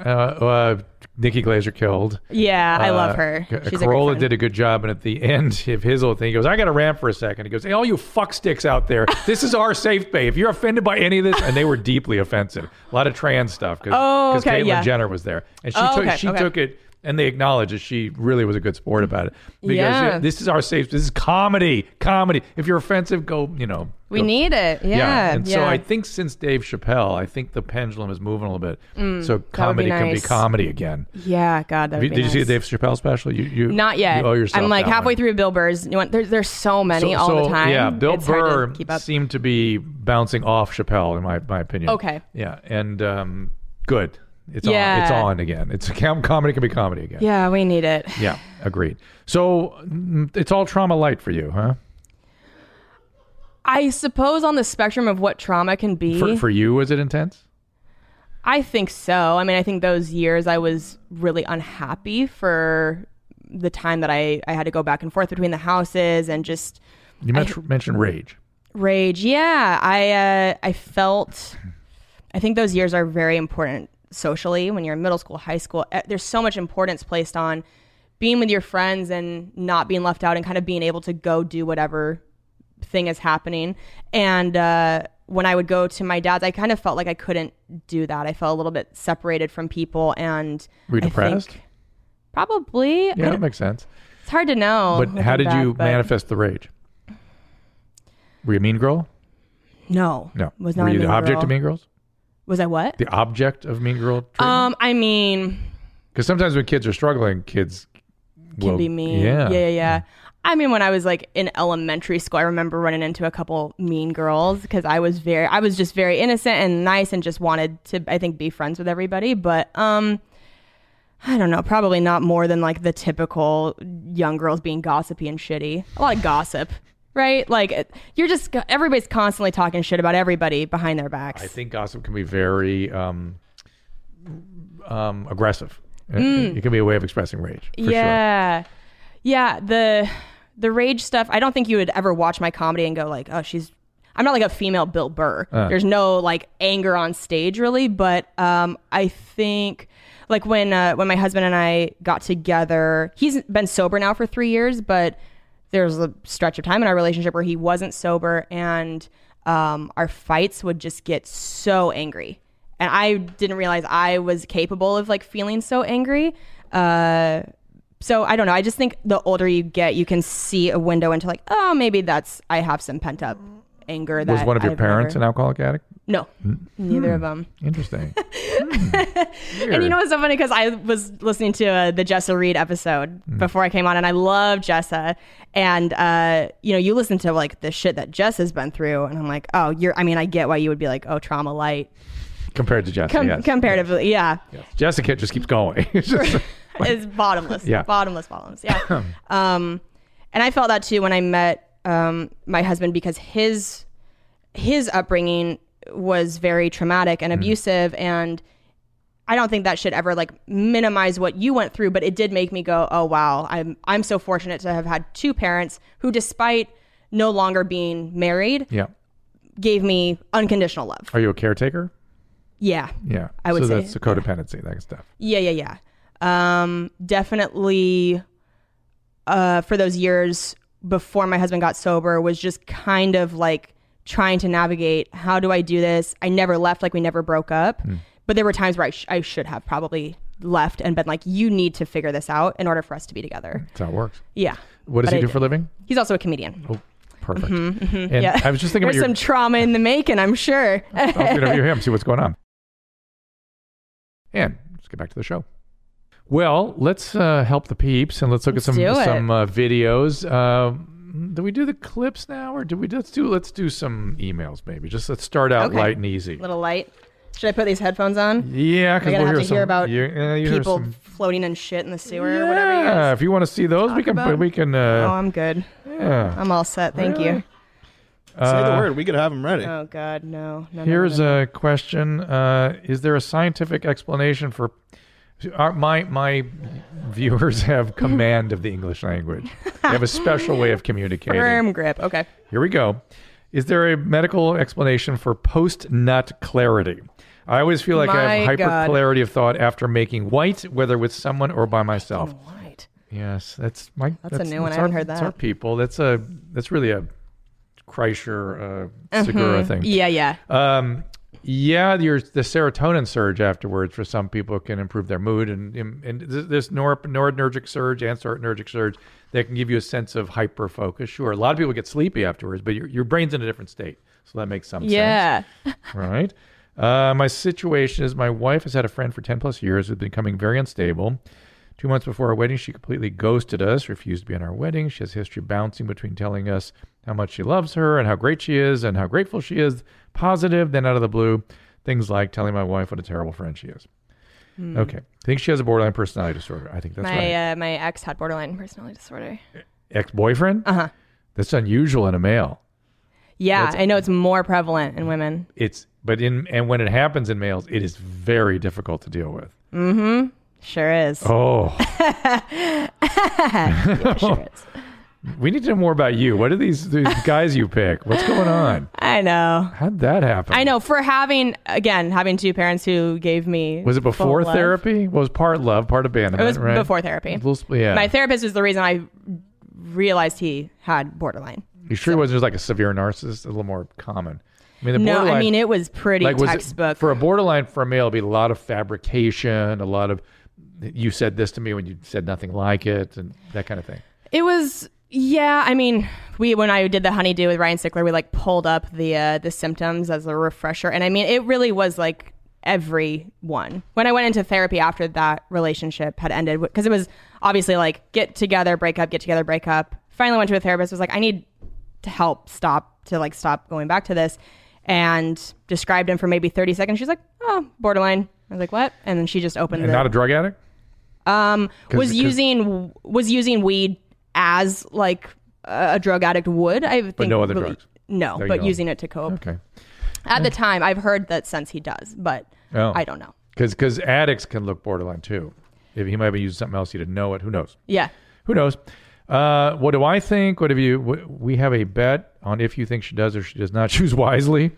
Speaker 2: Uh, uh, Nikki Glazer killed.
Speaker 3: Yeah, I
Speaker 2: Uh,
Speaker 3: love her.
Speaker 2: C-
Speaker 3: She's
Speaker 2: Corolla
Speaker 3: a good friend.
Speaker 2: did a good job, and at the end of his little thing, he goes, "I got to rant for a second. He goes, "Hey, all you fuck sticks out there, this is our safe bay. If you're offended by any of this, and they were deeply offensive. A lot of trans stuff because
Speaker 3: Oh, okay,
Speaker 2: Caitlyn
Speaker 3: yeah.
Speaker 2: Jenner was there, and she
Speaker 3: Oh,
Speaker 2: took
Speaker 3: okay,
Speaker 2: she
Speaker 3: okay.
Speaker 2: took it." And they acknowledge that she really was a good sport about it because
Speaker 3: Yeah.
Speaker 2: this is our safe. This is comedy, comedy. If you're offensive, go. You know,
Speaker 3: We
Speaker 2: go-
Speaker 3: need it. Yeah. Yeah.
Speaker 2: and so I think since Dave Chappelle, I think the pendulum is moving a little bit.
Speaker 3: Mm,
Speaker 2: so comedy can be
Speaker 3: nice.
Speaker 2: comedy again.
Speaker 3: yeah. God, that would
Speaker 2: Did
Speaker 3: be
Speaker 2: you see the
Speaker 3: nice.
Speaker 2: Dave Chappelle special? You, you
Speaker 3: Not yet.
Speaker 2: You owe yourself.
Speaker 3: I'm like
Speaker 2: that
Speaker 3: halfway
Speaker 2: one.
Speaker 3: through Bill Burr's. You want- There's there's so many all
Speaker 2: So-
Speaker 3: the time.
Speaker 2: Yeah, Bill
Speaker 3: It's hard to
Speaker 2: Burr
Speaker 3: keep up.
Speaker 2: seemed to be bouncing off Chappelle, in my, my opinion.
Speaker 3: Okay.
Speaker 2: Yeah, and um, good. It's on.
Speaker 3: Yeah.
Speaker 2: It's on again. It's com- comedy can be comedy again.
Speaker 3: Yeah, we need it.
Speaker 2: Yeah, agreed. So mm, it's all trauma light for you, huh?
Speaker 3: I suppose on the spectrum of what trauma can be,
Speaker 2: For, for you, was it intense?
Speaker 3: I think so. I mean, I think those years I was really unhappy for the time that I I had to go back and forth between the houses and just
Speaker 2: You men- mentioned rage.
Speaker 3: Rage. Yeah, I uh, I felt. I think those years are very important socially when you're in middle school, high school. Eh, There's so much importance placed on being with your friends and not being left out and kind of being able to go do whatever thing is happening. And uh, when I would go to my dad's, I kind of felt like I couldn't do that. I felt a little bit separated from people and
Speaker 2: Were you
Speaker 3: I think
Speaker 2: depressed?
Speaker 3: Probably. I
Speaker 2: Yeah, that
Speaker 3: don't-
Speaker 2: makes sense.
Speaker 3: it's hard to know.
Speaker 2: But
Speaker 3: looking
Speaker 2: how did
Speaker 3: back,
Speaker 2: you
Speaker 3: but-
Speaker 2: manifest the rage? Were you a mean girl?
Speaker 3: No.
Speaker 2: No.
Speaker 3: Was not
Speaker 2: Were
Speaker 3: a
Speaker 2: you the
Speaker 3: mean
Speaker 2: object
Speaker 3: girl.
Speaker 2: of Mean Girls?
Speaker 3: Was I what?
Speaker 2: The object of Mean Girl treatment?
Speaker 3: Um, I mean,
Speaker 2: Because sometimes when kids are struggling, kids
Speaker 3: can
Speaker 2: will-
Speaker 3: be mean.
Speaker 2: Yeah.
Speaker 3: yeah, yeah, yeah. I mean, when I was like in elementary school, I remember running into a couple mean girls because I was very, I was just very innocent and nice and just wanted to, I think, be friends with everybody. But um, I don't know, probably not more than like the typical young girls being gossipy and shitty. A lot of gossip. right? Like it- you're just everybody's constantly talking shit about everybody behind their backs.
Speaker 2: I think gossip can be very um, um, aggressive. It- It can be a way of expressing rage. For Sure.
Speaker 3: Mm. yeah, yeah. The the rage stuff. I don't think you would ever watch my comedy and go like, oh, she's. I'm not like a female Bill Burr.
Speaker 2: Uh.
Speaker 3: There's no like anger on stage really, but um, I think like when uh, when my husband and I got together, he's been sober now for three years, but there's a stretch of time in our relationship where he wasn't sober and um, our fights would just get so angry and i didn't realize i was capable of like feeling so angry uh, so i don't know i just think the older you get you can see a window into like oh maybe that's i have some pent up anger that
Speaker 2: Was one of your
Speaker 3: I've
Speaker 2: parents Hmm.
Speaker 3: never-
Speaker 2: an alcoholic addict?
Speaker 3: no neither of them
Speaker 2: Interesting. Hmm.
Speaker 3: And you know what's so funny? Because I was listening to uh, the Jessa Reed episode
Speaker 2: Hmm.
Speaker 3: before I came on, and I love Jessa. And uh, you know, you listen to like the shit that Jess has been through, and I'm like, oh, you're. I mean, I get why you would be like, oh, trauma light,
Speaker 2: compared to Jessica.
Speaker 3: Com-
Speaker 2: yes.
Speaker 3: comparatively, yeah,
Speaker 2: Jessica just keeps going. It's just-
Speaker 3: it's bottomless,
Speaker 2: Yeah.
Speaker 3: bottomless, bottomless, yeah. um, and I felt that too when I met um my husband because his his upbringing was very traumatic and abusive and I don't think that should ever like minimize what you went through, but it did make me go, "Oh wow, I'm I'm so fortunate to have had two parents who despite no longer being married
Speaker 2: yeah.
Speaker 3: gave me unconditional love."
Speaker 2: Are you a caretaker?
Speaker 3: Yeah.
Speaker 2: Yeah.
Speaker 3: I would
Speaker 2: so
Speaker 3: say-
Speaker 2: that's the codependency, that stuff.
Speaker 3: Yeah, yeah, yeah. Um definitely uh for those years before my husband got sober was just kind of like trying to navigate how do I do this? I never left like we never broke up.
Speaker 2: Hmm.
Speaker 3: But there were times where I, sh- I should have probably left and been like you need to figure this out in order for us to be together.
Speaker 2: That's how it works.
Speaker 3: Yeah.
Speaker 2: What does
Speaker 3: But
Speaker 2: he
Speaker 3: I
Speaker 2: do
Speaker 3: did.
Speaker 2: for a living?
Speaker 3: He's also a comedian. Mm-hmm,
Speaker 2: Oh, perfect. And
Speaker 3: Yeah.
Speaker 2: I was just thinking
Speaker 3: There's
Speaker 2: about your.
Speaker 3: some trauma in the making, I'm sure.
Speaker 2: I'll interview him, see what's going on. And let's get back to the show. Well, let's uh, help the peeps and let's look at some
Speaker 3: do it.
Speaker 2: some uh, videos. Um, do we do the clips now, or do we let's do let's do some emails maybe? Just let's start out
Speaker 3: Okay.
Speaker 2: light and easy.
Speaker 3: Little light. Should I put these headphones on?
Speaker 2: Yeah,
Speaker 3: We're
Speaker 2: because
Speaker 3: gonna
Speaker 2: we'll
Speaker 3: have
Speaker 2: hear
Speaker 3: to
Speaker 2: some
Speaker 3: hear about
Speaker 2: you- uh, you hear
Speaker 3: people
Speaker 2: some-
Speaker 3: floating in shit in the sewer
Speaker 2: yeah,
Speaker 3: or whatever. You guys
Speaker 2: if you want to see those, we can
Speaker 3: about.
Speaker 2: we can.
Speaker 3: Oh,
Speaker 2: Uh,
Speaker 3: I'm good.
Speaker 2: yeah.
Speaker 3: I'm all set. Thank
Speaker 2: Really?
Speaker 3: you.
Speaker 4: Say the
Speaker 2: Uh,
Speaker 4: word. We could have them ready.
Speaker 3: Oh God, no. no, no,
Speaker 2: Here's
Speaker 3: no,
Speaker 2: a question: uh, Is there a scientific explanation for our, my my viewers have command of the English language? They have a special way of
Speaker 3: no.
Speaker 2: communicating.
Speaker 3: firm grip. Okay.
Speaker 2: Here we go. Is there a medical explanation for post nut clarity? I always feel like I have
Speaker 3: My
Speaker 2: hyper
Speaker 3: God.
Speaker 2: clarity of thought after making white, whether with someone or by myself.
Speaker 3: Right.
Speaker 2: Yes, that's my. That's,
Speaker 3: a new one. I
Speaker 2: our-
Speaker 3: haven't heard
Speaker 2: That's
Speaker 3: that.
Speaker 2: our people. That's a. That's really a Kreischer
Speaker 3: Mm-hmm.
Speaker 2: uh, Segura thing.
Speaker 3: Yeah, yeah.
Speaker 2: Um, yeah, your the serotonin surge afterwards for some people can improve their mood, and and, and this, this norp, noradrenergic surge and serotonergic surge that can give you a sense of hyper focus. Sure, a lot of people get sleepy afterwards, but your your brain's in a different state, so that makes some sense.
Speaker 3: yeah.
Speaker 2: Right. Uh, my situation is my wife has had a friend for 10 plus years who's been becoming very unstable. Two months before our wedding, she completely ghosted us, refused to be in our wedding. She has history bouncing between telling us how much she loves her and how great she is and how grateful she is, positive, then out of the blue, things like telling my wife what a terrible friend she is. Okay. I think she has a borderline personality disorder. I think that's
Speaker 3: Hmm. my
Speaker 2: right.
Speaker 3: uh, my ex had borderline personality disorder.
Speaker 2: Ex boyfriend? Uh
Speaker 3: Uh-huh.
Speaker 2: huh. That's unusual in a male.
Speaker 3: Yeah, I know it's more prevalent in women.
Speaker 2: It's, but in, and when it happens in males, it is very difficult to deal with.
Speaker 3: Sure is.
Speaker 2: Oh.
Speaker 3: Sure is.
Speaker 2: We need to know more about you. What are these, these guys you pick? What's going on?
Speaker 3: I know.
Speaker 2: How'd that happen?
Speaker 3: I know. For having again having two parents who gave me
Speaker 2: Was it
Speaker 3: full
Speaker 2: before
Speaker 3: love.
Speaker 2: therapy? Well, it was part love, part abandonment,
Speaker 3: It was
Speaker 2: right?
Speaker 3: before therapy.
Speaker 2: Little sp- yeah.
Speaker 3: My therapist was the reason I realized he had borderline.
Speaker 2: you sure it wasn't just like a severe narcissist? A little more common. I mean, the
Speaker 3: No, I
Speaker 2: borderline-
Speaker 3: mean it was pretty
Speaker 2: like, was it-
Speaker 3: textbook.
Speaker 2: for a borderline for a male, it'd be a lot of fabrication, a lot of you said this to me when you said nothing like it, and that kind of thing.
Speaker 3: It was yeah, I mean, we when I did the honeydew with Ryan Sickler, we like pulled up the uh, the symptoms as a refresher, and I mean, it really was like every one. When I went into therapy after that relationship had ended, because it was obviously like get together, break up, get together, break up. Finally, went to a therapist. Was like, I need to help stop to like stop going back to this, and described him for maybe thirty seconds. She's like, oh, borderline. I was like, what? And then she just opened
Speaker 2: And
Speaker 3: the
Speaker 2: not a drug addict?
Speaker 3: Um, was
Speaker 2: because-
Speaker 3: using was using weed as like a a drug addict would. I think,
Speaker 2: no other drugs?
Speaker 3: No,
Speaker 2: There you
Speaker 3: but
Speaker 2: go.
Speaker 3: using it to cope.
Speaker 2: Okay.
Speaker 3: At the time, I've heard that since he does, but
Speaker 2: Oh.
Speaker 3: I don't know.
Speaker 2: Because addicts can look borderline too. If he might have used something else, he didn't know it. Who knows?
Speaker 3: Yeah.
Speaker 2: Who knows? Uh, what do I think? What have you? wh- We have a bet on if you think she does or she does not choose wisely.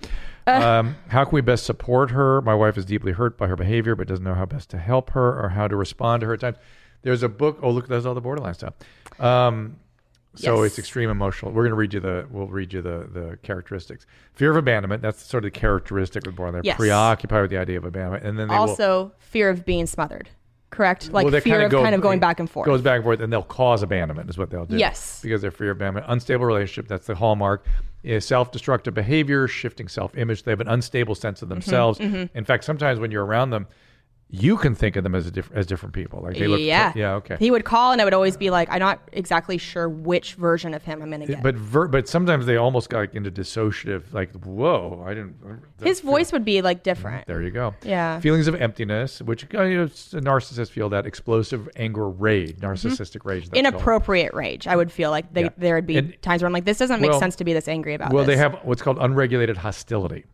Speaker 3: Uh.
Speaker 2: Um, how can we best support her? My wife is deeply hurt by her behavior, but doesn't know how best to help her or how to respond to her at times. There's a book. Oh, look, there's all the borderline stuff. Um, so
Speaker 3: Yes.
Speaker 2: it's extreme emotional. We're going to read you the. We'll read you the the characteristics. Fear of abandonment. That's sort of the characteristic with borderline. They're
Speaker 3: Yes.
Speaker 2: preoccupied with the idea of abandonment, and then they will,
Speaker 3: also, fear of being smothered. Correct. Like
Speaker 2: well, they
Speaker 3: fear
Speaker 2: kinda
Speaker 3: of
Speaker 2: go-
Speaker 3: kind of going back and forth.
Speaker 2: Goes back and forth, and they'll cause abandonment is what they'll do.
Speaker 3: Yes.
Speaker 2: because they're fear of abandonment, unstable relationship. That's the hallmark. Is self-destructive behavior, shifting self-image. They have an unstable sense of
Speaker 3: Mm-hmm,
Speaker 2: themselves. In fact, sometimes when you're around them, you can think of them as a diff- as different people. Like they look.
Speaker 3: yeah.
Speaker 2: yeah. Okay.
Speaker 3: He would call, and I would always be like, I'm not exactly sure which version of him I'm going to get.
Speaker 2: but ver- but sometimes they almost got like, into dissociative. Like whoa, I didn't.
Speaker 3: His voice would be like different.
Speaker 2: There you go.
Speaker 3: Yeah.
Speaker 2: Feelings Mm-hmm. of emptiness, which uh, you know, s- narcissists feel that explosive anger, rage,
Speaker 3: Mm-hmm.
Speaker 2: narcissistic rage. that's called.
Speaker 3: Inappropriate rage. I would feel like they,
Speaker 2: Yeah.
Speaker 3: there would be
Speaker 2: And-
Speaker 3: times where I'm like, this doesn't make
Speaker 2: Well-
Speaker 3: sense to be this angry about.
Speaker 2: Well, they
Speaker 3: this.
Speaker 2: have what's called unregulated hostility,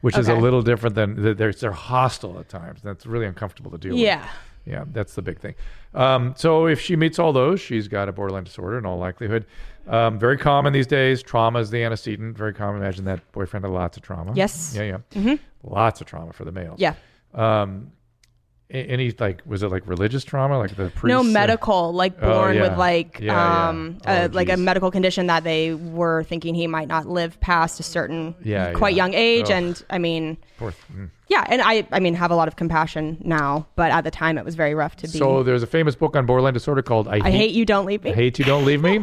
Speaker 2: which is a
Speaker 3: Okay.
Speaker 2: little different than th- they're, they're hostile at times. That's really uncomfortable to deal
Speaker 3: Yeah.
Speaker 2: with. Yeah, that's the big thing. Um, so if she meets all those, she's got a borderline disorder in all likelihood. Um, very common these days. Trauma is the antecedent. Very common. Imagine that boyfriend had lots of trauma.
Speaker 3: Yes. Mm-hmm.
Speaker 2: Yeah, yeah. Lots of trauma for the males.
Speaker 3: Yeah.
Speaker 2: Um, a- any like was it like religious trauma like the priest?
Speaker 3: No
Speaker 2: uh,
Speaker 3: medical, like
Speaker 2: Oh,
Speaker 3: born
Speaker 2: yeah.
Speaker 3: with like
Speaker 2: Yeah, yeah.
Speaker 3: um
Speaker 2: Oh,
Speaker 3: a, like a
Speaker 2: geez.
Speaker 3: medical condition that they were thinking he might not live past a certain
Speaker 2: Yeah,
Speaker 3: quite
Speaker 2: yeah.
Speaker 3: young age,
Speaker 2: Ugh.
Speaker 3: and I mean,
Speaker 2: Poor th- mm.
Speaker 3: yeah, and I I mean have a lot of compassion now, but at the time it was very rough to be.
Speaker 2: So there's a famous book on borderline disorder called "I,
Speaker 3: I hate you, don't leave me.
Speaker 2: Hate You Don't Leave Me.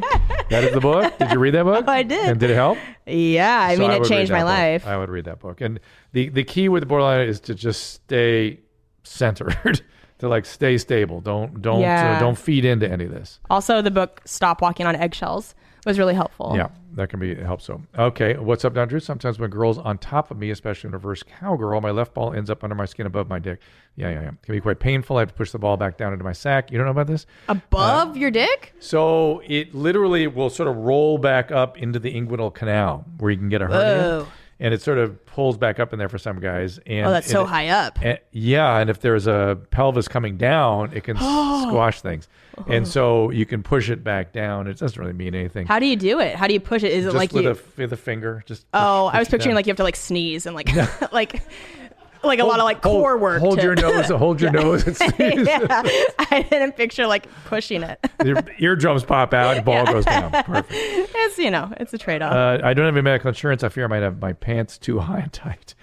Speaker 2: that is the book. Did you read that book?
Speaker 3: Oh, I did.
Speaker 2: And did it help?
Speaker 3: yeah, I
Speaker 2: So
Speaker 3: mean
Speaker 2: would
Speaker 3: it
Speaker 2: read
Speaker 3: changed
Speaker 2: that
Speaker 3: my
Speaker 2: book.
Speaker 3: life.
Speaker 2: I would read that book. And the, the key with borderline is to just stay centered, to like stay stable. Don't don't
Speaker 3: Yeah.
Speaker 2: uh, don't feed into any of this.
Speaker 3: also, the book "Stop Walking on Eggshells" was really helpful.
Speaker 2: Yeah, that can be help. So okay, what's up, Don Drew? Sometimes when girls on top of me, especially in reverse cowgirl, my left ball ends up under my skin above my dick. Yeah, yeah, yeah. It can be quite painful. I have to push the ball back down into my sack. You don't know about this? Uh,
Speaker 3: above your dick.
Speaker 2: So it literally will sort of roll back up into the inguinal canal where you can get a hernia.
Speaker 3: Whoa.
Speaker 2: And it sort of pulls back up in there for some guys. And
Speaker 3: Oh, that's
Speaker 2: and
Speaker 3: so
Speaker 2: it-
Speaker 3: high up.
Speaker 2: and- yeah, and if there's a pelvis coming down, it can squash things. And so you can push it back down. It doesn't really mean anything.
Speaker 3: Oh. How do you do it? How do you push it? Is it
Speaker 2: just
Speaker 3: like
Speaker 2: with,
Speaker 3: you?
Speaker 2: a, with a finger, just
Speaker 3: oh,
Speaker 2: push-
Speaker 3: I was
Speaker 2: push it
Speaker 3: picturing
Speaker 2: down.
Speaker 3: like you have to like sneeze and like like like a lot of like
Speaker 2: Hold-
Speaker 3: core work.
Speaker 2: Hold
Speaker 3: to-
Speaker 2: your nose. Hold your nose. And sneeze.
Speaker 3: yeah, I didn't picture like pushing it.
Speaker 2: Your eardrums pop out. Your ball goes down. Perfect.
Speaker 3: It's you know, it's a trade off.
Speaker 2: Uh, I don't have any medical insurance. I fear I might have my pants too high and tight.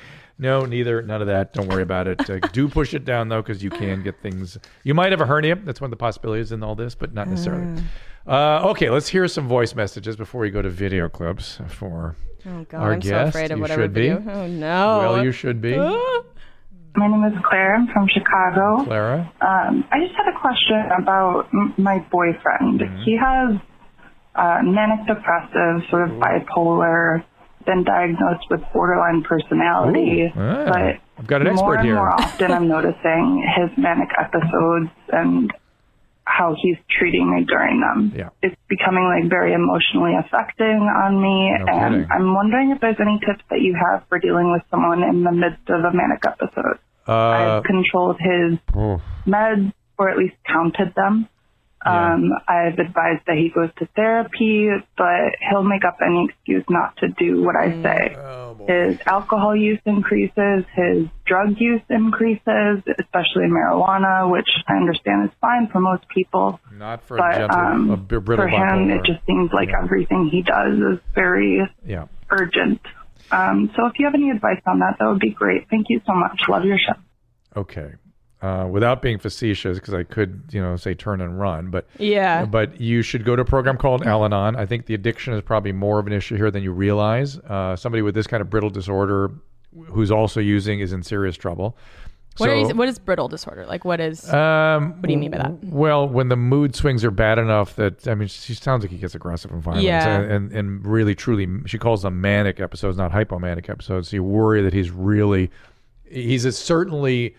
Speaker 2: No, neither. None of that. Don't worry about it. Uh, do push it down though, because you can get things. You might have a hernia. That's one of the possibilities in all this, but not
Speaker 5: Mm.
Speaker 2: necessarily. Uh, okay, let's hear some voice messages before we go to video clips for
Speaker 3: oh god,
Speaker 2: our
Speaker 3: I'm
Speaker 2: guest,
Speaker 3: so afraid of
Speaker 2: you
Speaker 3: whatever
Speaker 2: should be.
Speaker 3: video. Oh no.
Speaker 2: well, you should be
Speaker 5: Oh. My name is Claire. I'm from Chicago.
Speaker 2: Clara.
Speaker 5: Um, I just had a question about m- my boyfriend.
Speaker 2: Mm-hmm.
Speaker 5: He has uh, manic depressive, sort of bipolar, been diagnosed with borderline personality.
Speaker 2: Ooh, ah,
Speaker 5: but
Speaker 2: I've got an expert
Speaker 5: more and
Speaker 2: here.
Speaker 5: more often, I'm noticing his manic episodes and how he's treating me during them.
Speaker 2: Yeah.
Speaker 5: It's becoming like very emotionally affecting on me,
Speaker 2: No
Speaker 5: and
Speaker 2: kidding.
Speaker 5: I'm wondering if there's any tips that you have for dealing with someone in the midst of a manic episode.
Speaker 2: Uh,
Speaker 5: I've controlled his
Speaker 2: oh,
Speaker 5: meds or at least counted them.
Speaker 2: Yeah.
Speaker 5: Um, I've advised that he goes to therapy, but he'll make up any excuse not to do what
Speaker 2: Mm.
Speaker 5: I say.
Speaker 2: Oh,
Speaker 5: his alcohol use increases, his drug use increases, especially marijuana, which I understand is fine for most people.
Speaker 2: not for a
Speaker 5: But
Speaker 2: gentle,
Speaker 5: um,
Speaker 2: a br- brittle
Speaker 5: for him,
Speaker 2: bipolar.
Speaker 5: it just seems like everything he does is very
Speaker 2: yeah.
Speaker 5: urgent. Um, so if you have any advice on that, that would be great. Thank you so much. Love your show.
Speaker 2: Okay. Uh, without being facetious, because I could, you know, say turn and run, but
Speaker 3: yeah.
Speaker 2: But you should go to a program called Al Anon. I think the addiction is probably more of an issue here than you realize. Uh, somebody with this kind of brittle disorder who's also using is in serious trouble.
Speaker 3: what, are
Speaker 2: So-
Speaker 3: you, what is brittle disorder? Like what is
Speaker 2: um, what
Speaker 3: do you mean by that?
Speaker 2: Well, when the mood swings are bad enough that I mean, she sounds like he gets aggressive and violent,
Speaker 3: Yeah.
Speaker 2: and, and and really truly, she calls them manic episodes, not hypomanic episodes. So you worry that he's really, he's a certainly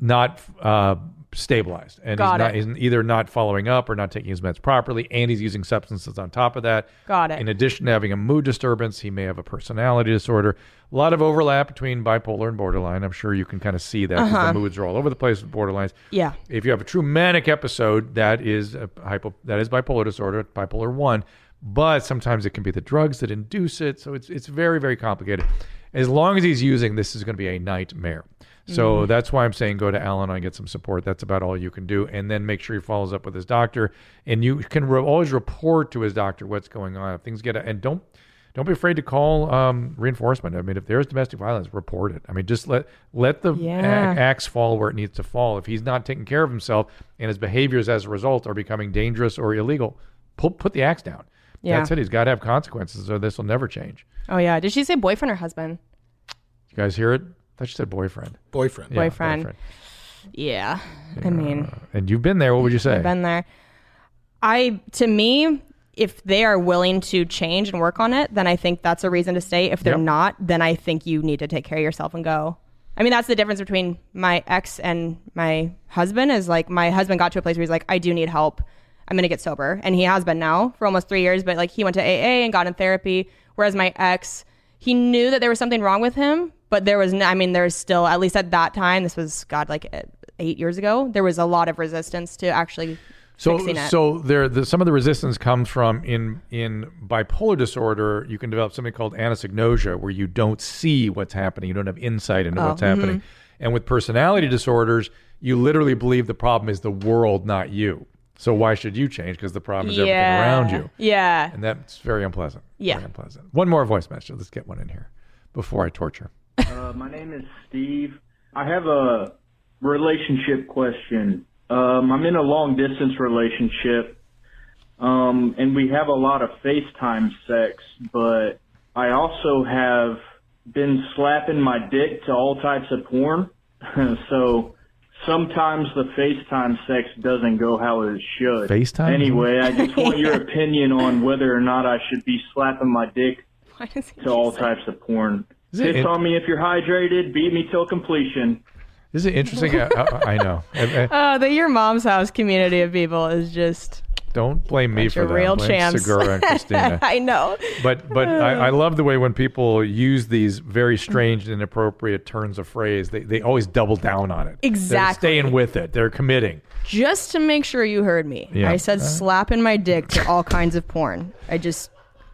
Speaker 2: not uh, stabilized, and he's,
Speaker 3: Got
Speaker 2: not,
Speaker 3: it.
Speaker 2: he's either not following up or not taking his meds properly, and he's using substances on top of that.
Speaker 3: Got it.
Speaker 2: In addition to having a mood disturbance, he may have a personality disorder. A lot of overlap between bipolar and borderline. I'm sure you can kind of see that 'cause
Speaker 3: Uh-huh.
Speaker 2: the moods are all over the place with borderlines.
Speaker 3: Yeah.
Speaker 2: If you have a true manic episode, that is a hypo, that is bipolar disorder, bipolar one. But sometimes it can be the drugs that induce it, so it's it's very very complicated. As long as he's using, this is going to be a nightmare. So
Speaker 3: Mm-hmm.
Speaker 2: that's why I'm saying go to Alan and get some support. That's about all you can do, and then make sure he follows up with his doctor. And you can re- always report to his doctor what's going on if things get and don't don't be afraid to call um, reinforcement. I mean, if there's domestic violence, report it. I mean, just let let the
Speaker 3: Yeah.
Speaker 2: a- axe fall where it needs to fall. If he's not taking care of himself and his behaviors as a result are becoming dangerous or illegal, put put the axe down.
Speaker 3: Yeah.
Speaker 2: That's it. He's got to have consequences, or this will never change.
Speaker 3: Oh yeah. Did she say boyfriend or husband?
Speaker 2: You guys hear it? I just said boyfriend.
Speaker 4: Boyfriend.
Speaker 2: Yeah,
Speaker 3: Boyfriend. Yeah. I mean,
Speaker 2: And you've been there. What would you say?
Speaker 3: been there. I to me, if they are willing to change and work on it, then I think that's a reason to stay. If they're
Speaker 2: Yep.
Speaker 3: not, then I think you need to take care of yourself and go. I mean, that's the difference between my ex and my husband is like my husband got to a place where he's like, I do need help. I'm gonna get sober. And he has been now for almost three years, but like he went to AA and got in therapy. Whereas my ex, he knew that there was something wrong with him, but there was, no, I mean, there's still, at least at that time, this was, God, like eh, eight years ago, there was a lot of resistance to actually
Speaker 2: so
Speaker 3: fixing it.
Speaker 2: so there the, some of the resistance comes from in in bipolar disorder you can develop something called anosognosia where you don't see what's happening you don't have insight
Speaker 3: Oh.
Speaker 2: into what's happening
Speaker 3: Mm-hmm.
Speaker 2: and with personality disorders you literally believe the problem is the world not you so why should you change because the problem is everything around you
Speaker 3: Yeah.
Speaker 2: and that's very unpleasant
Speaker 3: Yeah.
Speaker 2: very unpleasant one more voice message let's get one in here before i torture
Speaker 6: Uh, my name is Steve. I have a relationship question. Um, I'm in a long distance relationship, um, and we have a lot of FaceTime sex, but I also have been slapping my dick to all types of porn. so sometimes the FaceTime sex doesn't go how it should.
Speaker 2: FaceTime?
Speaker 6: Anyway, I just want your opinion on whether or not I should be slapping my dick
Speaker 3: Why does he
Speaker 6: to all types of porn.
Speaker 2: it-
Speaker 6: Piss on me if you're hydrated. Beat me till completion.
Speaker 2: this is interesting I, I, I know I- I-
Speaker 3: Oh, the your mom's house community of people is just
Speaker 2: don't blame me
Speaker 3: Bunch
Speaker 2: for
Speaker 3: of
Speaker 2: that
Speaker 3: real
Speaker 2: blame
Speaker 3: champs.
Speaker 2: segura and christina
Speaker 3: I know.
Speaker 2: but but I, I love the way when people use these very strange and inappropriate turns of phrase, they, they always double down on it. They're
Speaker 3: Exactly.
Speaker 2: staying with it. They're committing.
Speaker 3: Just to make sure you heard me.
Speaker 2: Yeah. Uh-huh.
Speaker 3: I said slapping my dick to all kinds of porn. I just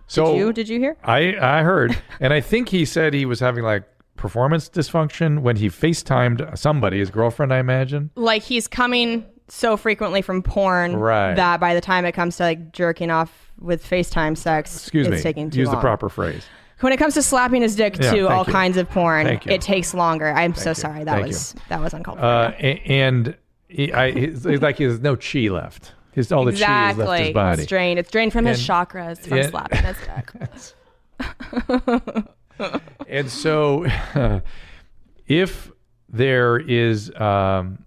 Speaker 2: So
Speaker 3: you did you hear?
Speaker 2: I I heard, and I think he said he was having like performance dysfunction when he FaceTimed somebody, his girlfriend, I imagine.
Speaker 3: Like he's coming so frequently from porn
Speaker 2: Right.
Speaker 3: that by the time it comes to like jerking off with FaceTime sex,
Speaker 2: Excuse
Speaker 3: it's
Speaker 2: me.
Speaker 3: taking too
Speaker 2: Use the
Speaker 3: long.
Speaker 2: proper phrase.
Speaker 3: When it comes to slapping his dick
Speaker 2: Yeah,
Speaker 3: to
Speaker 2: thank
Speaker 3: all
Speaker 2: you.
Speaker 3: kinds of porn,
Speaker 2: Thank you.
Speaker 3: it takes longer. I'm so sorry. That
Speaker 2: Thank
Speaker 3: was that was uncalled for.
Speaker 2: Uh, a- and he, I, he's, he's like he has no chi left. His all
Speaker 3: exactly.
Speaker 2: the chi is left his body.
Speaker 3: It's drained. It's drained from his
Speaker 2: And-
Speaker 3: chakras from
Speaker 2: yeah.
Speaker 3: slapping his dick.
Speaker 2: And so, if there is, um,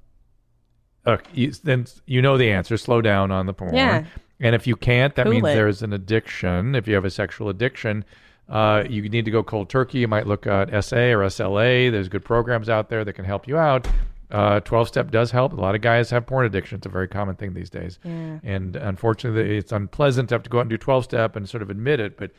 Speaker 2: look, you, then you know the answer. Slow down on the porn.
Speaker 3: Yeah.
Speaker 2: And if you can't, that
Speaker 3: Cool
Speaker 2: means
Speaker 3: it.
Speaker 2: there's an addiction. If you have a sexual addiction, uh, you need to go cold turkey. You might look at SA or SLA. There's good programs out there that can help you out. Uh, 12 step does help. A lot of guys have porn addiction. It's a very common thing these days. And unfortunately, it's unpleasant to have to go out and do 12 step and sort of admit it. But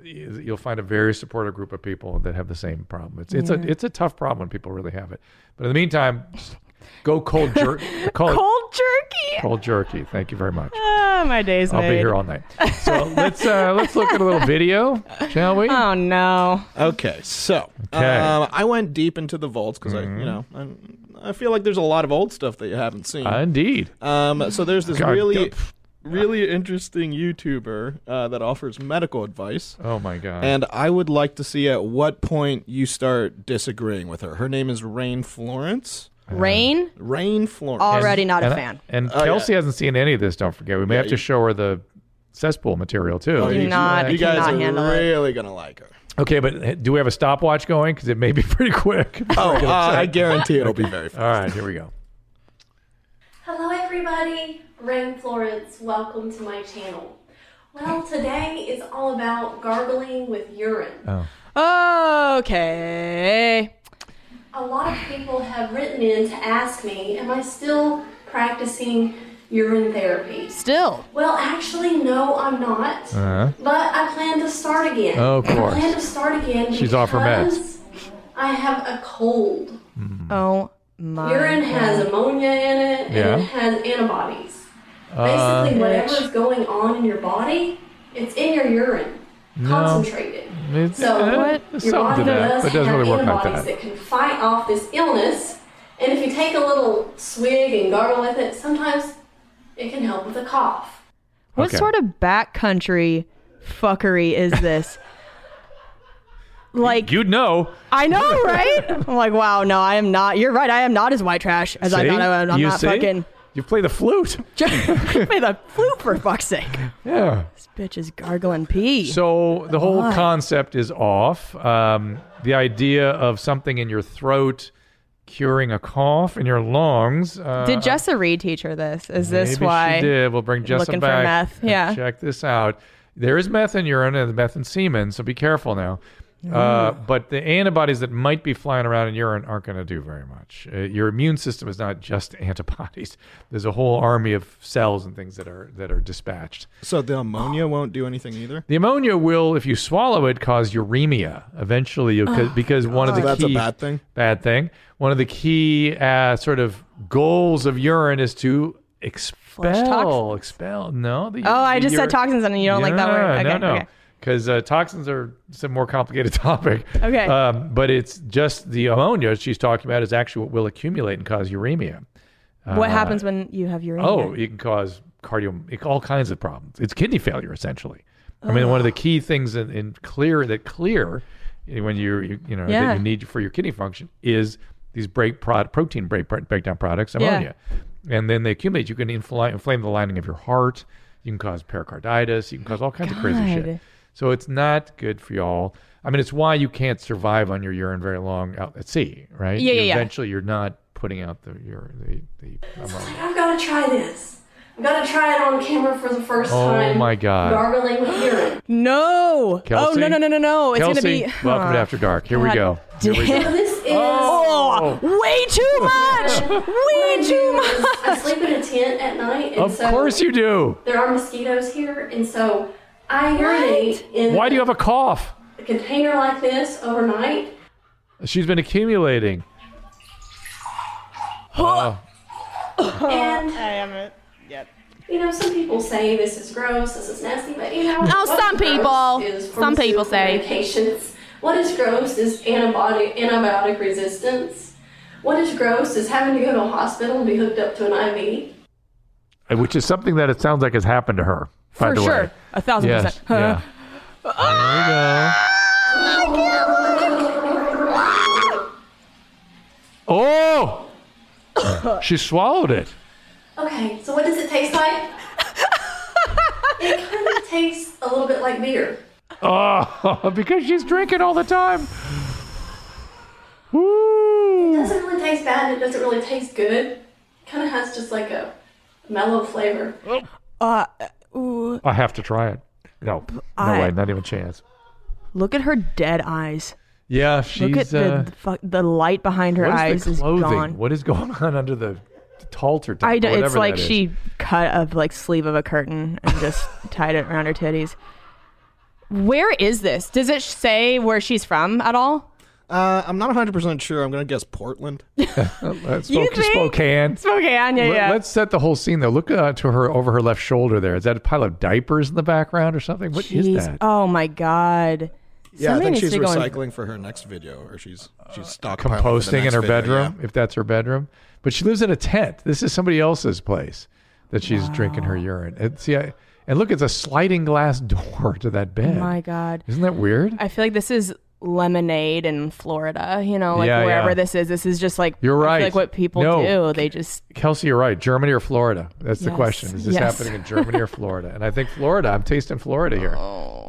Speaker 2: you'll find a very supportive group of people that have the same problem. It's it's a it's a tough problem when people really have it. But in the meantime, go cold jerk. Call it
Speaker 3: Cold jerky.
Speaker 2: cold jerky. Thank you very much.
Speaker 3: Ah, my day's
Speaker 2: I'll
Speaker 3: made.
Speaker 2: be here all night. So let's uh, let's look at a little video, shall we?
Speaker 3: oh no.
Speaker 4: Okay, so um, I went deep into the vaults because
Speaker 2: Mm-hmm.
Speaker 4: I, you know, I, I feel like there's a lot of old stuff that you haven't seen.
Speaker 2: Uh, indeed.
Speaker 4: Um, so there's this
Speaker 2: God,
Speaker 4: really,
Speaker 2: God.
Speaker 4: really interesting YouTuber uh, that offers medical advice.
Speaker 2: Oh my god.
Speaker 4: And I would like to see at what point you start disagreeing with her. Her name is Rain Florence.
Speaker 2: Uh,
Speaker 3: Rain
Speaker 4: Rain Florence.
Speaker 3: already not a
Speaker 2: and,
Speaker 3: fan.
Speaker 2: And
Speaker 4: Oh, yeah.
Speaker 2: Kelsey hasn't seen any of this. Don't forget. We may have to
Speaker 4: you-
Speaker 2: show her the cesspool material too.
Speaker 4: Oh,
Speaker 3: Do not-
Speaker 4: you guys
Speaker 3: cannot
Speaker 4: are
Speaker 3: handle it.
Speaker 4: really gonna like her.
Speaker 2: okay, but eh, do we have a stopwatch going? Because it may be pretty quick.
Speaker 4: Oh, uh, I guarantee it'll be very fun.
Speaker 2: All right, here we go.
Speaker 7: Hello everybody, Rain Florence, welcome to my channel. Well, today is all about gargling with urine.
Speaker 3: Okay.
Speaker 7: A lot of people have written in to ask me, am I still practicing urine therapy.
Speaker 3: Still.
Speaker 7: Well, actually, no, I'm not.
Speaker 2: Uh-huh.
Speaker 7: But I plan to start again.
Speaker 2: Oh, of course.
Speaker 7: I plan to start again.
Speaker 2: She's off her meds.
Speaker 7: because I have a cold.
Speaker 3: Oh my.
Speaker 7: Urine has ammonia in it, and
Speaker 2: Yeah. Uh,
Speaker 7: it has antibodies. Basically, whatever's going on in your body, it's in your urine, concentrated.
Speaker 2: It's-
Speaker 7: So
Speaker 2: eh,
Speaker 7: what
Speaker 2: there's
Speaker 7: your
Speaker 2: something
Speaker 7: body
Speaker 2: to that,
Speaker 7: does
Speaker 2: but it doesn't
Speaker 7: have
Speaker 2: really work like
Speaker 7: antibodies
Speaker 2: that.
Speaker 7: can fight off this illness, and if you take a little swig and gargle with it, sometimes it can help with a cough.
Speaker 3: What
Speaker 2: Okay.
Speaker 3: sort of backcountry fuckery is this? like
Speaker 2: You'd know.
Speaker 3: I know, right? I'm like, wow, no, I am not. You're right. I am not as white trash as I
Speaker 2: See?
Speaker 3: thought I was. I'm
Speaker 2: you
Speaker 3: not
Speaker 2: see?
Speaker 3: fucking.
Speaker 2: You play the flute.
Speaker 3: Play the flute for fuck's sake.
Speaker 2: Yeah.
Speaker 3: This bitch is gargling pee.
Speaker 2: So the whole
Speaker 3: Why?
Speaker 2: concept is off. Um, the idea of something in your throat curing a cough in your lungs. Uh,
Speaker 3: did Jessa Reed teach her this? Is
Speaker 2: maybe
Speaker 3: this why?
Speaker 2: she did? We'll bring Jessa
Speaker 3: looking for
Speaker 2: back.
Speaker 3: meth,
Speaker 2: and
Speaker 3: yeah.
Speaker 2: Check this out. There is meth in urine and meth in semen, so be careful now. Uh, but the antibodies that might be flying around in urine aren't going to do very much. Uh, your immune system is not just antibodies. There's a whole army of cells and things that are that are dispatched.
Speaker 4: So the ammonia won't do anything either.
Speaker 2: The ammonia will, if you swallow it, cause uremia. Eventually, you
Speaker 3: Oh,
Speaker 2: could, because one of the
Speaker 4: So that's a
Speaker 2: key-
Speaker 4: bad thing?
Speaker 2: Bad thing. One of the key uh, sort of goals of urine is to expel.
Speaker 3: toxins.
Speaker 2: Expel. No. The,
Speaker 3: Oh, I just said toxins and you don't like that word. Okay,
Speaker 2: no, no.
Speaker 3: okay.
Speaker 2: Because uh, toxins are some more complicated topic.
Speaker 3: Okay.
Speaker 2: Um, but it's just the ammonia she's talking about is actually what will accumulate and cause uremia.
Speaker 3: what happens when you have urine?
Speaker 2: Uh, Oh, it can cause cardio, it- all kinds of problems. It's kidney failure essentially. I mean, one of the key things in, in clear that clear eh, when you you, you know
Speaker 3: Yeah.
Speaker 2: that you need for your kidney function is these break prod, protein break pro- breakdown products, ammonia, and then they accumulate. You can inflame, inflame the lining of your heart. You can cause pericarditis. You can cause all kinds of crazy
Speaker 3: God.
Speaker 2: shit. So it's not good for y'all. I mean, it's why you can't survive on your urine very long out at sea, right?
Speaker 3: Yeah,
Speaker 2: You
Speaker 3: yeah, yeah.
Speaker 2: Eventually, you're not putting out the your the, the ammonia.
Speaker 7: Like, I've got to try this. I've got to try it on camera for the first
Speaker 2: Oh
Speaker 7: time.
Speaker 2: my God.
Speaker 7: Gargling with urine.
Speaker 3: No. Oh,
Speaker 2: Kelsey?
Speaker 3: no, no, no, no, no. It's
Speaker 2: Kelsey,
Speaker 3: going to be.
Speaker 2: welcome to
Speaker 3: Huh.
Speaker 2: After Dark. Here we
Speaker 3: God
Speaker 2: go. Here we go.
Speaker 7: So this is.
Speaker 3: Oh, way too much.
Speaker 7: what I
Speaker 3: way
Speaker 7: do
Speaker 3: too
Speaker 7: is
Speaker 3: much.
Speaker 7: I sleep in a tent at night, and
Speaker 2: Of
Speaker 7: so
Speaker 2: course you do.
Speaker 7: there are mosquitoes here, and so I urinate in
Speaker 2: Why do you have a cough?
Speaker 7: a container like this overnight.
Speaker 2: She's been accumulating. Oh,
Speaker 7: And
Speaker 3: I am it.
Speaker 7: you know, some people say this is gross, this is nasty, but you know,
Speaker 3: Oh,
Speaker 7: what's
Speaker 3: some
Speaker 7: gross
Speaker 3: people.
Speaker 7: is
Speaker 3: Some people say.
Speaker 7: medications. What is gross is antibiotic antibiotic resistance. What is gross is having to go to a hospital and be hooked up to an IV.
Speaker 2: Uh, which is something that it sounds like has happened to her. By
Speaker 3: For
Speaker 2: the
Speaker 3: sure.
Speaker 2: way.
Speaker 3: A thousand
Speaker 2: Yes.
Speaker 3: percent.
Speaker 2: Yeah. There we go. Oh! she swallowed it.
Speaker 7: Okay, so what does it taste like? it kind of tastes a little bit like beer.
Speaker 2: Oh, because she's drinking all the time. Woo!
Speaker 7: It doesn't really taste bad. It doesn't really taste good. It kind of has just like a mellow flavor.
Speaker 2: I have to try it. No, no
Speaker 3: I-
Speaker 2: way, not even a chance.
Speaker 3: Look at her dead eyes.
Speaker 2: Yeah, she's. uh,
Speaker 3: Look at the, the, fuck, the light behind her
Speaker 2: what
Speaker 3: eyes
Speaker 2: is the
Speaker 3: is
Speaker 2: clothing?
Speaker 3: gone.
Speaker 2: What is going on under the halter? Top,
Speaker 3: I d- it's
Speaker 2: whatever
Speaker 3: like
Speaker 2: that is?
Speaker 3: she cut a like sleeve of a curtain and just tied it around her titties. Where is this? Does it say where she's from at all?
Speaker 4: Uh, I'm not 100% sure. I'm going to guess Portland.
Speaker 2: Let's
Speaker 3: You
Speaker 2: spoke-
Speaker 3: think?
Speaker 2: Spokane.
Speaker 3: Spokane, yeah, yeah.
Speaker 2: Let, us set the whole scene though. Look uh, to her over her left shoulder. There is that a pile of diapers in the background or something. What is
Speaker 3: Jeez.
Speaker 2: that?
Speaker 3: Oh my god.
Speaker 4: yeah, I
Speaker 3: Somebody
Speaker 4: think
Speaker 3: needs
Speaker 4: she's
Speaker 3: to go and-
Speaker 4: recycling for her next video, or she's she's stockpiling. for the
Speaker 2: Uh, Composting in
Speaker 4: next
Speaker 2: her
Speaker 4: video,
Speaker 2: bedroom, if that's her bedroom. But she lives in a tent. This is somebody else's place that she's drinking her urine. And see, I, and look, it's a sliding glass door to that bed.
Speaker 3: My god.
Speaker 2: Isn't that weird?
Speaker 3: I feel like this is lemonade in Florida, you know, like
Speaker 2: Yeah,
Speaker 3: wherever
Speaker 2: yeah.
Speaker 3: this is. This is just like
Speaker 2: You're
Speaker 3: I feel
Speaker 2: right.
Speaker 3: like what people
Speaker 2: No.
Speaker 3: do. They just
Speaker 2: Kelsey, you're right. Germany or Florida? That's the
Speaker 3: Yes.
Speaker 2: question. Is this
Speaker 3: Yes.
Speaker 2: happening in Germany or Florida? And I think Florida. I'm tasting Florida here.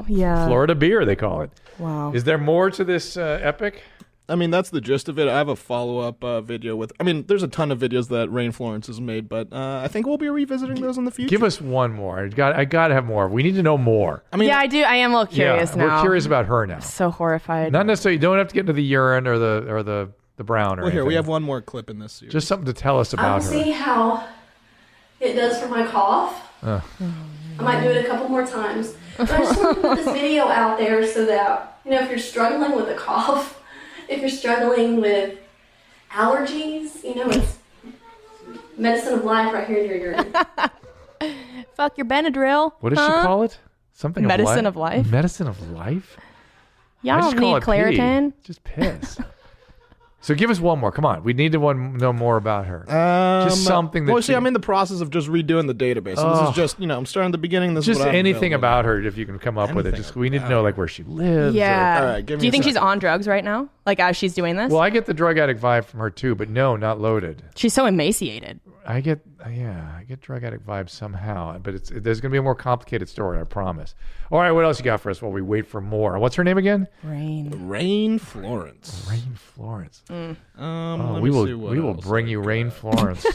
Speaker 3: yeah.
Speaker 2: Florida beer, they call it.
Speaker 3: Wow.
Speaker 2: Is there more to this uh, epic?
Speaker 4: I mean, that's the gist of it. I have a follow up uh, video with. I mean, there's a ton of videos that Rain Florence has made, but uh, I think we'll be revisiting those in the future.
Speaker 2: Give us one more. I got. I got to have more. We need to know more.
Speaker 4: I mean,
Speaker 3: yeah, I do. I am a little curious
Speaker 2: yeah,
Speaker 3: now.
Speaker 2: we're curious about her now.
Speaker 3: So horrified.
Speaker 2: Not necessarily. You don't have to get into the urine or the or the the brown or
Speaker 4: well, here we
Speaker 2: anything.
Speaker 4: have one more clip in this series.
Speaker 2: Just something to tell us
Speaker 7: I
Speaker 2: about
Speaker 7: don't see
Speaker 2: her.
Speaker 7: how It does for my cough. I might do it a couple more times. But I just want to put this video out there so that, you know, if you're struggling with a cough, if you're struggling with allergies, you know, it's medicine of life right here in your urine.
Speaker 3: Fuck your Benadryl.
Speaker 2: What does
Speaker 3: huh?
Speaker 2: she call it? Something
Speaker 3: Medicine
Speaker 2: of
Speaker 3: of
Speaker 2: life.
Speaker 3: life?
Speaker 2: Medicine of life.
Speaker 3: Y'all
Speaker 2: I just
Speaker 3: don't
Speaker 2: call
Speaker 3: need
Speaker 2: it pee.
Speaker 3: Claritin.
Speaker 2: Just piss. so give us one more. Come on. We need to one know more about her.
Speaker 4: Um,
Speaker 2: Just something that
Speaker 4: Well, see,
Speaker 2: you-
Speaker 4: I'm in the process of just redoing the database. So this
Speaker 2: Ugh.
Speaker 4: is just, you know, I'm starting the beginning. This is
Speaker 2: just
Speaker 4: what I'm
Speaker 2: anything
Speaker 4: doing.
Speaker 2: about her if you can come up with it.
Speaker 4: Anything
Speaker 2: Just we need to know like where she lives. or-
Speaker 3: Yeah.
Speaker 4: All right, give
Speaker 3: do
Speaker 4: me
Speaker 3: you
Speaker 4: a
Speaker 3: think
Speaker 4: second.
Speaker 3: she's on drugs right now? Like as she's doing this,
Speaker 2: well, I get the drug addict vibe from her too, but no, not loaded.
Speaker 3: she's so emaciated.
Speaker 2: I get uh, yeah, I get drug addict vibes somehow, but it's there's gonna be a more complicated story, I promise. All right, what else you got for us while we wait for more? What's her name again?
Speaker 3: Rain.
Speaker 4: Rain Florence.
Speaker 2: Rain Florence.
Speaker 4: Um,
Speaker 2: Oh,
Speaker 4: let
Speaker 2: we
Speaker 4: me
Speaker 2: will
Speaker 4: see what
Speaker 2: we will
Speaker 4: else.
Speaker 2: bring you Rain Florence.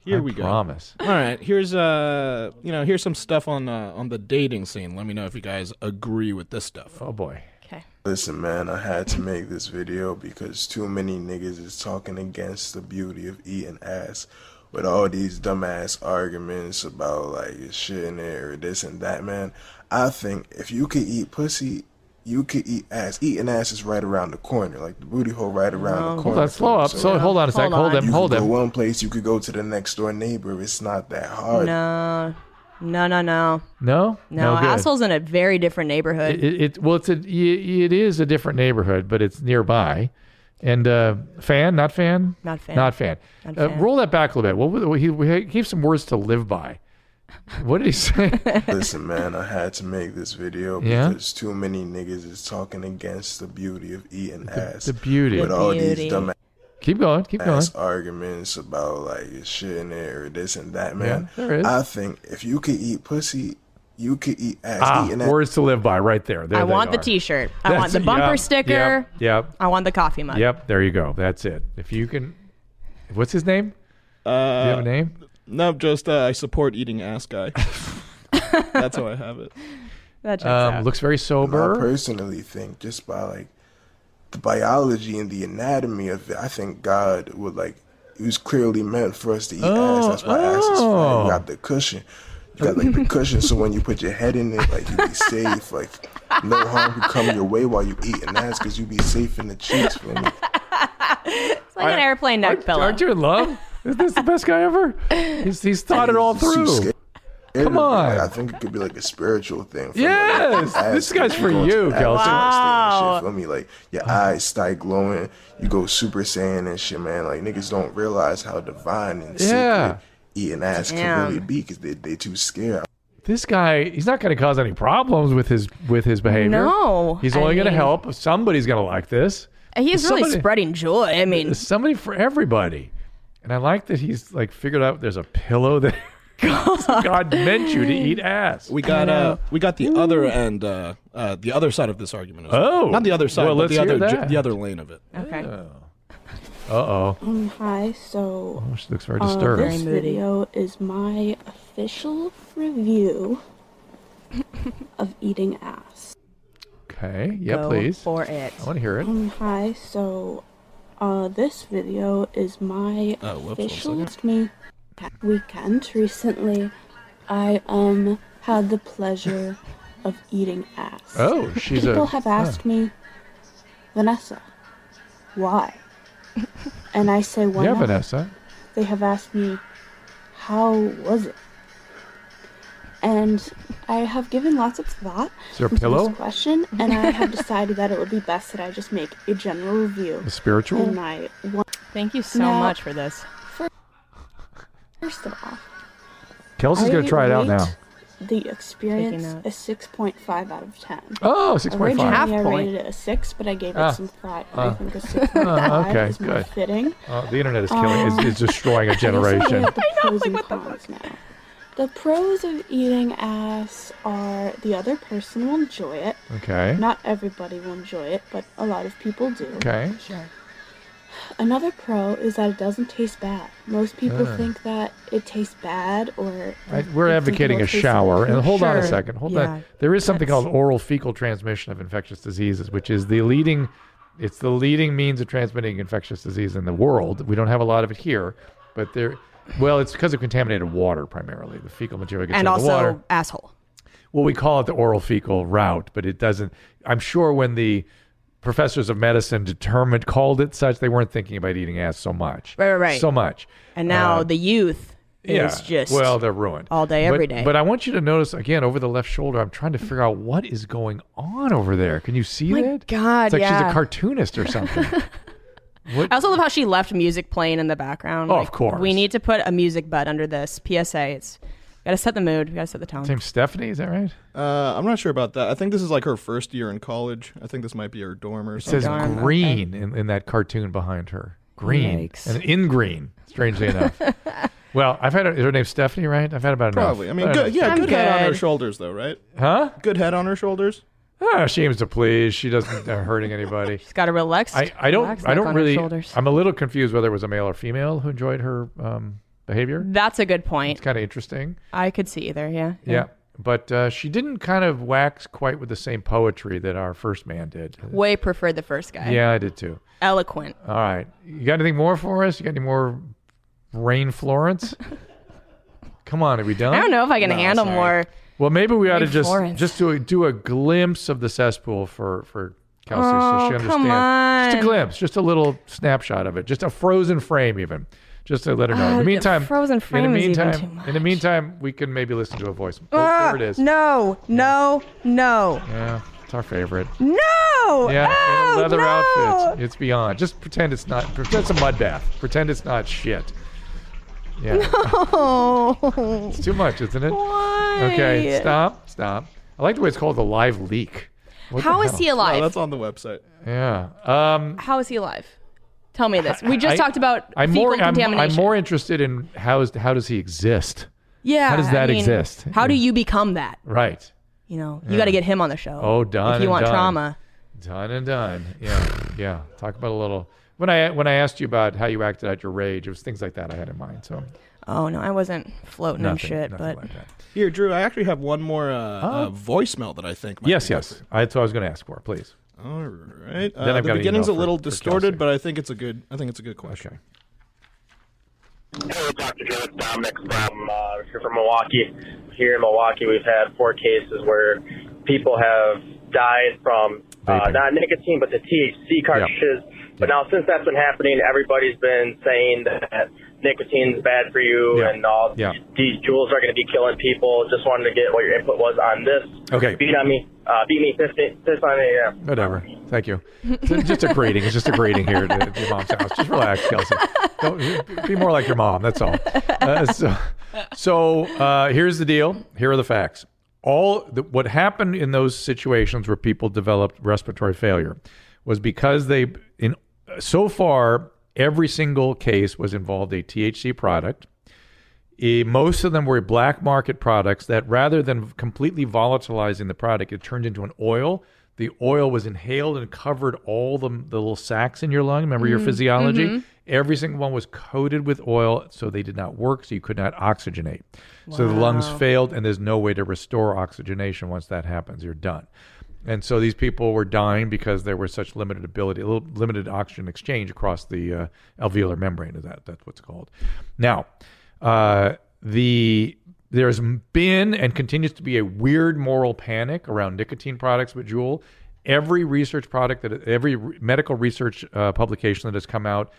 Speaker 4: Here
Speaker 2: I
Speaker 4: we go.
Speaker 2: Promise.
Speaker 4: All right, here's uh, you know, here's some stuff on uh, on the dating scene. Let me know if you guys agree with this stuff.
Speaker 2: Oh boy.
Speaker 3: Okay.
Speaker 8: Listen, man, I had to make this video because too many niggas is talking against the beauty of eating ass with all these dumbass arguments about like it's shit in there or this and that, man. I think if you could eat pussy, you could eat ass. Eating ass is right around the corner, like the booty hole right around the corner.
Speaker 2: Hold on, slow up. So hold on a sec.
Speaker 3: Hold
Speaker 2: Hold
Speaker 3: on.
Speaker 2: them.
Speaker 8: you
Speaker 2: Hold
Speaker 8: could go
Speaker 2: them.
Speaker 8: one place, you could go to the next door neighbor. It's not that hard.
Speaker 3: No, no, no, no,
Speaker 2: No.
Speaker 3: no.
Speaker 2: good.
Speaker 3: Asshole's in a very different neighborhood.
Speaker 2: It, it, it- well, it's a y it is a different neighborhood, but it's nearby. And uh, fan, not fan,
Speaker 3: Not fan.
Speaker 2: not fan.
Speaker 3: Not
Speaker 2: uh,
Speaker 3: fan.
Speaker 2: Roll that back a little bit. What, what, he, he gave some words to live by. What did he say?
Speaker 8: Listen, man, I had to make this video
Speaker 2: Yeah?
Speaker 8: because too many niggas is talking against the beauty of eating ass.
Speaker 2: the beauty.
Speaker 8: with all
Speaker 3: Beauty.
Speaker 8: these dumbass
Speaker 2: Keep going. Keep going.
Speaker 8: arguments about like it's shit in there or this and that,
Speaker 2: Yeah,
Speaker 8: man.
Speaker 2: there is.
Speaker 8: I think if you could eat pussy, you could eat ass.
Speaker 2: Ah,
Speaker 8: Eating ass
Speaker 2: words to live by, right there. There
Speaker 3: I
Speaker 2: they
Speaker 3: want the
Speaker 2: are.
Speaker 3: T-shirt. I want
Speaker 2: That's-
Speaker 3: the bumper
Speaker 2: yep,
Speaker 3: sticker.
Speaker 2: Yep, yep.
Speaker 3: I want the coffee mug.
Speaker 2: Yep, there you go. That's it. If you can, what's his name? Uh, Do you have a name?
Speaker 4: No, just uh, I support eating ass guy. That's how I have it.
Speaker 3: That checks
Speaker 2: Um,
Speaker 3: out.
Speaker 2: looks very
Speaker 8: I
Speaker 2: sober.
Speaker 8: personally think just by like the biology and the anatomy of it, I think God would like it was clearly meant for us to eat ass. That's why ass is fine.
Speaker 2: oh.
Speaker 8: You got the cushion. You got like the cushion so when you put your head in it, like you be safe. Like no harm could come your way while you eating ass because you be safe in the cheeks for me.
Speaker 3: it's like an airplane neck
Speaker 2: Aren't,
Speaker 3: pillow.
Speaker 2: aren't you in love? Is this the best guy ever? He's, he's thought it all
Speaker 8: It's too
Speaker 2: through.
Speaker 8: sca- Come
Speaker 2: on.
Speaker 8: I think it could be like a spiritual thing. For
Speaker 2: Yes!
Speaker 8: like,
Speaker 2: This guy's for you, Kelsey.
Speaker 8: Wow. Shit, feel me? Like your eyes start glowing. You go Super Saiyan and shit, man. Like niggas don't realize how divine and
Speaker 2: Yeah.
Speaker 8: sacred eating ass
Speaker 3: Damn.
Speaker 8: can really be because they they too scared.
Speaker 2: this guy he's not going to cause any problems with his with his behavior
Speaker 3: No,
Speaker 2: he's
Speaker 3: I
Speaker 2: only going to
Speaker 3: mean-
Speaker 2: help somebody's going to like this
Speaker 3: He's really
Speaker 2: Somebody-
Speaker 3: spreading joy. I mean,
Speaker 2: There's somebody for everybody and i like that he's like figured out there's a pillow there god. meant you to eat ass
Speaker 4: We got uh, we got the other end, uh, uh, the other side of this argument. As well.
Speaker 2: Oh.
Speaker 4: not the other side,
Speaker 2: Well,
Speaker 4: but
Speaker 2: let's
Speaker 4: the
Speaker 2: hear
Speaker 4: other ju-
Speaker 2: that.
Speaker 4: the other lane of it.
Speaker 3: okay.
Speaker 2: uh-oh
Speaker 9: Um, hi, so
Speaker 2: oh, she looks very
Speaker 9: uh,
Speaker 2: disturbed
Speaker 9: this video is my official review of eating ass.
Speaker 2: okay yeah
Speaker 3: Go
Speaker 2: please
Speaker 3: for it.
Speaker 2: i want to hear it
Speaker 9: Um, hi, so uh, this video is my
Speaker 4: Oh, whoops, one
Speaker 9: official me weekend recently. I um had the pleasure of eating ass.
Speaker 2: oh she's
Speaker 9: People
Speaker 2: a
Speaker 9: have asked me, Vanessa, why? and I say, why
Speaker 2: yeah
Speaker 9: not?
Speaker 2: vanessa
Speaker 9: they have asked me, How was it? And I have given lots of thought
Speaker 2: Is there a
Speaker 9: into
Speaker 2: pillow?
Speaker 9: this question, and I have decided that it would be best that I just make a general review
Speaker 2: a spiritual
Speaker 9: in my one.
Speaker 3: Thank you so
Speaker 9: Now-
Speaker 3: much for this.
Speaker 9: First of all,
Speaker 2: kelsey's
Speaker 9: I
Speaker 2: going to try it out
Speaker 9: rate
Speaker 2: now
Speaker 9: The experience
Speaker 3: Taking
Speaker 9: is 6.5 out of 10.
Speaker 2: oh 6.5
Speaker 9: Originally,
Speaker 3: Half
Speaker 9: I
Speaker 3: point.
Speaker 9: rated it a 6, but I gave it
Speaker 2: Ah.
Speaker 9: some thought, and I think a 6.5
Speaker 2: okay,
Speaker 9: is more
Speaker 2: good.
Speaker 9: fitting.
Speaker 2: Oh, the internet is killing is,
Speaker 3: Um,
Speaker 2: is destroying a generation
Speaker 9: I know, like what the fuck. Now. The pros of eating ass are the other person will enjoy it.
Speaker 2: okay
Speaker 9: Not everybody will enjoy it, but a lot of people do.
Speaker 2: okay
Speaker 9: Another pro is that it doesn't taste bad. Most people think that it tastes bad or.
Speaker 2: Right,
Speaker 9: like,
Speaker 2: Ah. we're
Speaker 9: they think
Speaker 2: advocating
Speaker 9: it'll
Speaker 2: a
Speaker 9: taste
Speaker 2: shower. And hold on a
Speaker 3: Sure.
Speaker 2: second. Hold
Speaker 3: Yeah.
Speaker 2: on. There is something called oral fecal transmission of infectious diseases, which is the leading. It's the leading means of transmitting infectious disease in the world. We don't have a lot of it here, but there. Well, it's because of contaminated water primarily. The fecal material gets
Speaker 3: and
Speaker 2: out of the water.
Speaker 3: also asshole.
Speaker 2: well, we call it the oral fecal route, but it doesn't. I'm sure when the professors of medicine determined called it such, they weren't thinking about eating ass so much.
Speaker 3: Right, right, right.
Speaker 2: So much.
Speaker 3: And now the youth
Speaker 2: Uh, yeah.
Speaker 3: is just
Speaker 2: well, they're ruined
Speaker 3: all day,
Speaker 2: But-
Speaker 3: every day.
Speaker 2: But I want you to notice again over the left shoulder. I'm trying to figure out what is going on over there. Can you see
Speaker 3: My
Speaker 2: that?
Speaker 3: God,
Speaker 2: it's like she's
Speaker 3: yeah.
Speaker 2: a cartoonist or something.
Speaker 3: I also love how she left music playing in the background.
Speaker 2: Oh, of course.
Speaker 3: We need to put a music bud under this. PSA. It's got to set the mood. We got to set the tone.
Speaker 2: Name's Stephanie, is that right?
Speaker 4: Uh, I'm not sure about that. I think this is like her first year in college. I think this might be her dorm or
Speaker 2: It says
Speaker 4: something.
Speaker 3: Darn,
Speaker 2: green in, in that cartoon behind her. Green.
Speaker 3: Yikes.
Speaker 2: And in green, strangely enough. Well, I've had her, is her name Stephanie, right? I've had about enough.
Speaker 4: Probably. I mean,
Speaker 2: About
Speaker 4: good,
Speaker 2: enough.
Speaker 4: yeah,
Speaker 3: I'm
Speaker 4: good head on her
Speaker 3: good.
Speaker 4: shoulders, though, right?
Speaker 2: Huh?
Speaker 4: Good head on her shoulders.
Speaker 2: Ah, she aims to please. She doesn't uh, hurting anybody.
Speaker 3: She's got to relax.
Speaker 2: I, I don't
Speaker 3: relax
Speaker 2: I
Speaker 3: back
Speaker 2: don't
Speaker 3: on her
Speaker 2: really
Speaker 3: shoulders.
Speaker 2: I'm a little confused whether it was a male or female who enjoyed her um, behavior.
Speaker 3: That's a good
Speaker 2: It's
Speaker 3: point.
Speaker 2: kind of interesting.
Speaker 3: I could see either. Mm. Yeah.
Speaker 2: Yeah. But uh, she didn't kind of wax quite with the same poetry that our first man did.
Speaker 3: Way preferred the first guy.
Speaker 2: Yeah, Oh. I did too.
Speaker 3: Eloquent.
Speaker 2: All right. You got anything more for us? You got any more rain Florence? Come on, are we done?
Speaker 3: I don't know if I can handle more.
Speaker 2: Well, maybe we ought to
Speaker 3: Rain
Speaker 2: just
Speaker 3: Florence.
Speaker 2: just do a, do a glimpse of the cesspool for for Kelsey so
Speaker 3: Oh,
Speaker 2: she
Speaker 3: come
Speaker 2: understands. Just a
Speaker 3: on.
Speaker 2: glimpse, just a little snapshot of it, just a frozen frame even. Just to let her know. In
Speaker 3: Uh,
Speaker 2: the
Speaker 3: the
Speaker 2: meantime,
Speaker 3: frozen
Speaker 2: in
Speaker 3: frame
Speaker 2: the
Speaker 3: is even
Speaker 2: meantime,
Speaker 3: too
Speaker 2: in the
Speaker 3: much. Ah,
Speaker 2: meantime, we can maybe listen to a voice. Oh, there it is.
Speaker 3: No, no, no,
Speaker 2: Yeah, it's our favorite.
Speaker 3: no.
Speaker 2: Yeah,
Speaker 3: oh,
Speaker 2: and leather
Speaker 3: no.
Speaker 2: outfits. It's beyond. Just pretend it's not. Pretend it's a mud bath. Pretend it's not shit. Yeah,
Speaker 3: Oh,
Speaker 2: it's too much, isn't it?
Speaker 3: why?
Speaker 2: Okay, stop, stop. I like the way it's called the live leak. What the
Speaker 3: How is
Speaker 2: hell?
Speaker 3: he
Speaker 4: Oh,
Speaker 3: alive?
Speaker 4: that's on the website.
Speaker 2: Yeah. Um,
Speaker 3: How is he alive? Tell me this. We just
Speaker 2: I-
Speaker 3: talked about
Speaker 2: I'm
Speaker 3: fecal
Speaker 2: more. I'm,
Speaker 3: contamination.
Speaker 2: I'm more interested in how is how does he exist?
Speaker 3: yeah.
Speaker 2: how does
Speaker 3: I
Speaker 2: that
Speaker 3: mean,
Speaker 2: exist?
Speaker 3: How do you become that?
Speaker 2: Right.
Speaker 3: You know, you got to get him on the show.
Speaker 2: Oh, done
Speaker 3: If you
Speaker 2: and
Speaker 3: want
Speaker 2: done.
Speaker 3: trauma.
Speaker 2: Done and done. Yeah. Yeah. Talk about a little. When I when I asked you about how you acted out your rage, it was things like that I had in mind. So
Speaker 3: Oh no, I wasn't floating
Speaker 2: nothing,
Speaker 3: and shit,
Speaker 2: nothing
Speaker 3: but
Speaker 2: like that.
Speaker 4: Here, Drew, I actually have one more uh, uh, voicemail that I think. Might
Speaker 2: Yes,
Speaker 4: be
Speaker 2: yes. I, that's what I was going to ask for. Please.
Speaker 4: All right.
Speaker 2: Then
Speaker 4: Uh,
Speaker 2: I've got
Speaker 4: the
Speaker 2: an
Speaker 4: beginning's
Speaker 2: email
Speaker 4: a
Speaker 2: for-
Speaker 4: little
Speaker 2: for Kelsey.
Speaker 4: distorted, but I think it's a good. I think it's a good question.
Speaker 2: Okay.
Speaker 10: Hey, Dr. Joe, it's Dominic from uh, here from Milwaukee. Here in Milwaukee, we've had four cases where people have died from uh,
Speaker 2: Vaping.
Speaker 10: not nicotine, but the THC cartridges. But now, since that's been happening, everybody's been saying that nicotine's bad for you,
Speaker 2: Yeah.
Speaker 10: and all
Speaker 2: Yeah.
Speaker 10: these jewels are going to be killing people. Just wanted to get what your input was on this.
Speaker 2: Okay.
Speaker 10: beat on me, uh, beat me, fist, fist on me. Yeah.
Speaker 2: Whatever. Thank you. It's just a greeting. It's just a greeting here at- at your mom's house. Just relax, Kelsey. Don't, be more like your mom. That's all. Uh, so so uh, here's the deal. Here are the facts. All the, what happened in those situations where people developed respiratory failure was because they in so far every single case was involved a THC product. Eh, most of them were black market products that rather than completely volatilizing the product, it turned into an oil. The oil was inhaled and covered all the, the little sacs in your lung. Remember your physiology? Every single one was coated with oil, so they did not work, so you could not oxygenate. So the lungs failed, and there's no way to restore oxygenation once that happens. You're done. And so these people were dying because there was such limited ability, little- limited oxygen exchange across the uh, alveolar membrane. Is that that's what's called? Now, uh, the there's been and continues to be a weird moral panic around nicotine products with Juul. Every research product that every re- medical research uh, publication that has come out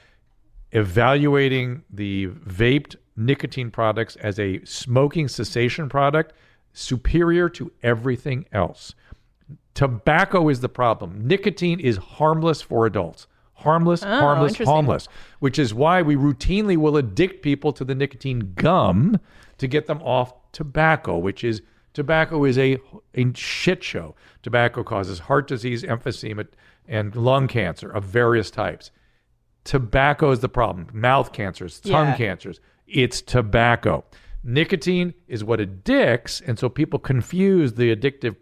Speaker 2: evaluating the vaped nicotine products as a smoking cessation product superior to everything else. Tobacco is the problem. Nicotine is harmless for adults. Harmless, harmless, harmless, which is why we routinely will addict people to the nicotine gum to get them off tobacco, which is tobacco is a, a shit show. Tobacco causes heart disease, emphysema, and lung cancer of various types tobacco is the problem. Mouth cancers, tongue
Speaker 3: Yeah.
Speaker 2: cancers. It's tobacco. Nicotine is what addicts, and so people confuse the addictive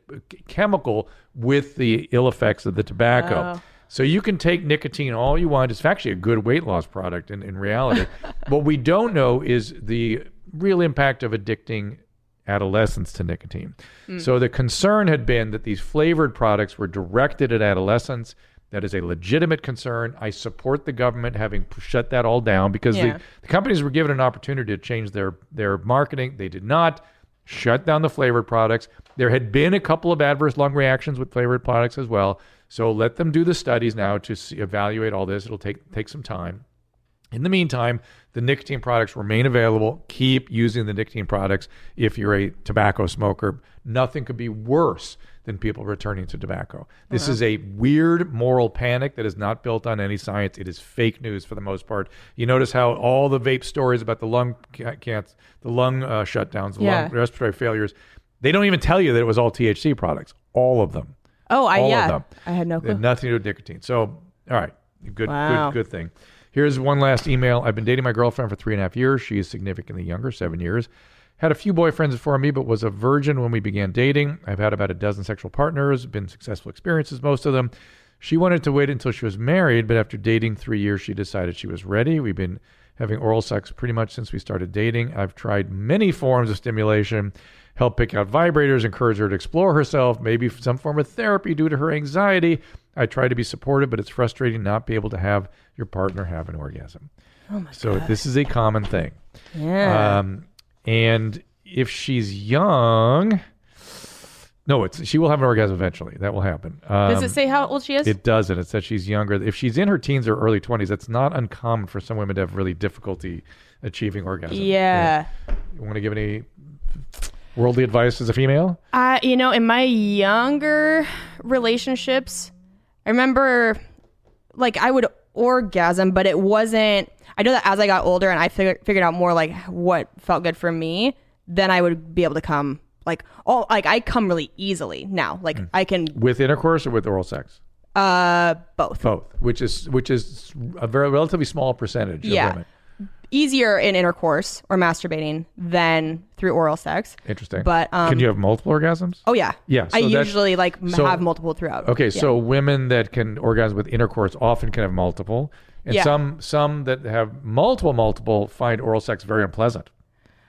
Speaker 2: chemical with the ill effects of the tobacco. So you can take nicotine all you want. It's actually a good weight loss product in, in reality. what we don't know is the real impact of addicting adolescents to nicotine. So the concern had been that these flavored products were directed at adolescents That is a legitimate concern. I support the government having p- shut that all down because
Speaker 1: Yeah.
Speaker 2: the, the companies were given an opportunity to change their their marketing. They did not shut down the flavored products. There had been a couple of adverse lung reactions with flavored products as well. So let them do the studies now to see, evaluate all this. It'll take take some time. In the meantime, the nicotine products remain available. Keep using the nicotine products if you're a tobacco smoker. Nothing could be worse than people returning to tobacco. This
Speaker 1: Wow.
Speaker 2: is a weird moral panic that is not built on any science. It is fake news for the most part. You notice how all the vape stories about the lung ca- cancer, the lung uh, shutdowns, the
Speaker 3: Yeah.
Speaker 2: lung respiratory failures, they don't even tell you that it was all THC products. All of them.
Speaker 3: Oh, I
Speaker 2: all
Speaker 3: yeah.
Speaker 2: of them.
Speaker 3: I had no
Speaker 2: They had
Speaker 3: clue.
Speaker 2: nothing to do with nicotine. So, all right, good,
Speaker 3: Wow.
Speaker 2: good, good thing. Here's one last email. I've been dating my girlfriend for three and a half years. She is significantly younger, seven years. Had a few boyfriends before me, but was a virgin when we began dating. I've had about a dozen sexual partners, been successful experiences, most of them. She wanted to wait until she was married, but after dating three years, she decided she was ready. We've been having oral sex pretty much since we started dating. I've tried many forms of stimulation, help pick out vibrators, encourage her to explore herself, maybe some form of therapy due to her anxiety. I try to be supportive, but it's frustrating not be able to have your partner have an orgasm.
Speaker 1: Oh my
Speaker 2: so
Speaker 1: God.
Speaker 2: this is a common thing.
Speaker 1: Yeah.
Speaker 2: Um, and if she's young, no, it's she will have an orgasm eventually. That will happen.
Speaker 3: Does
Speaker 2: Um,
Speaker 3: it say how old she is?
Speaker 2: It doesn't. It says she's younger. If she's in her teens or early 20s, that's not uncommon for some women to have really difficulty achieving orgasm.
Speaker 3: Yeah.
Speaker 2: You want to give any worldly advice as a female?
Speaker 3: Uh, you know, in my younger relationships, I remember like I would orgasm, but it wasn't. I know that as I got older and I fig- figured out more like what felt good for me, then I would be able to come like oh like I come really easily now. Like
Speaker 2: Mm.
Speaker 3: I can
Speaker 2: With intercourse or with oral sex?
Speaker 3: uh both
Speaker 2: Both, which is which is a very relatively small percentage
Speaker 3: Yeah.
Speaker 2: of women.
Speaker 3: easier in intercourse or masturbating than through oral sex.
Speaker 2: Interesting.
Speaker 3: But um,
Speaker 2: can you have multiple orgasms?
Speaker 3: Oh yeah.
Speaker 2: Yeah,
Speaker 3: I
Speaker 2: so that's-
Speaker 3: usually like m
Speaker 2: so-
Speaker 3: have multiple throughout.
Speaker 2: Okay,
Speaker 3: Yeah.
Speaker 2: so women that can orgasm with intercourse often can have multiple, and
Speaker 3: Yeah.
Speaker 2: some some that have multiple multiple find oral sex very unpleasant.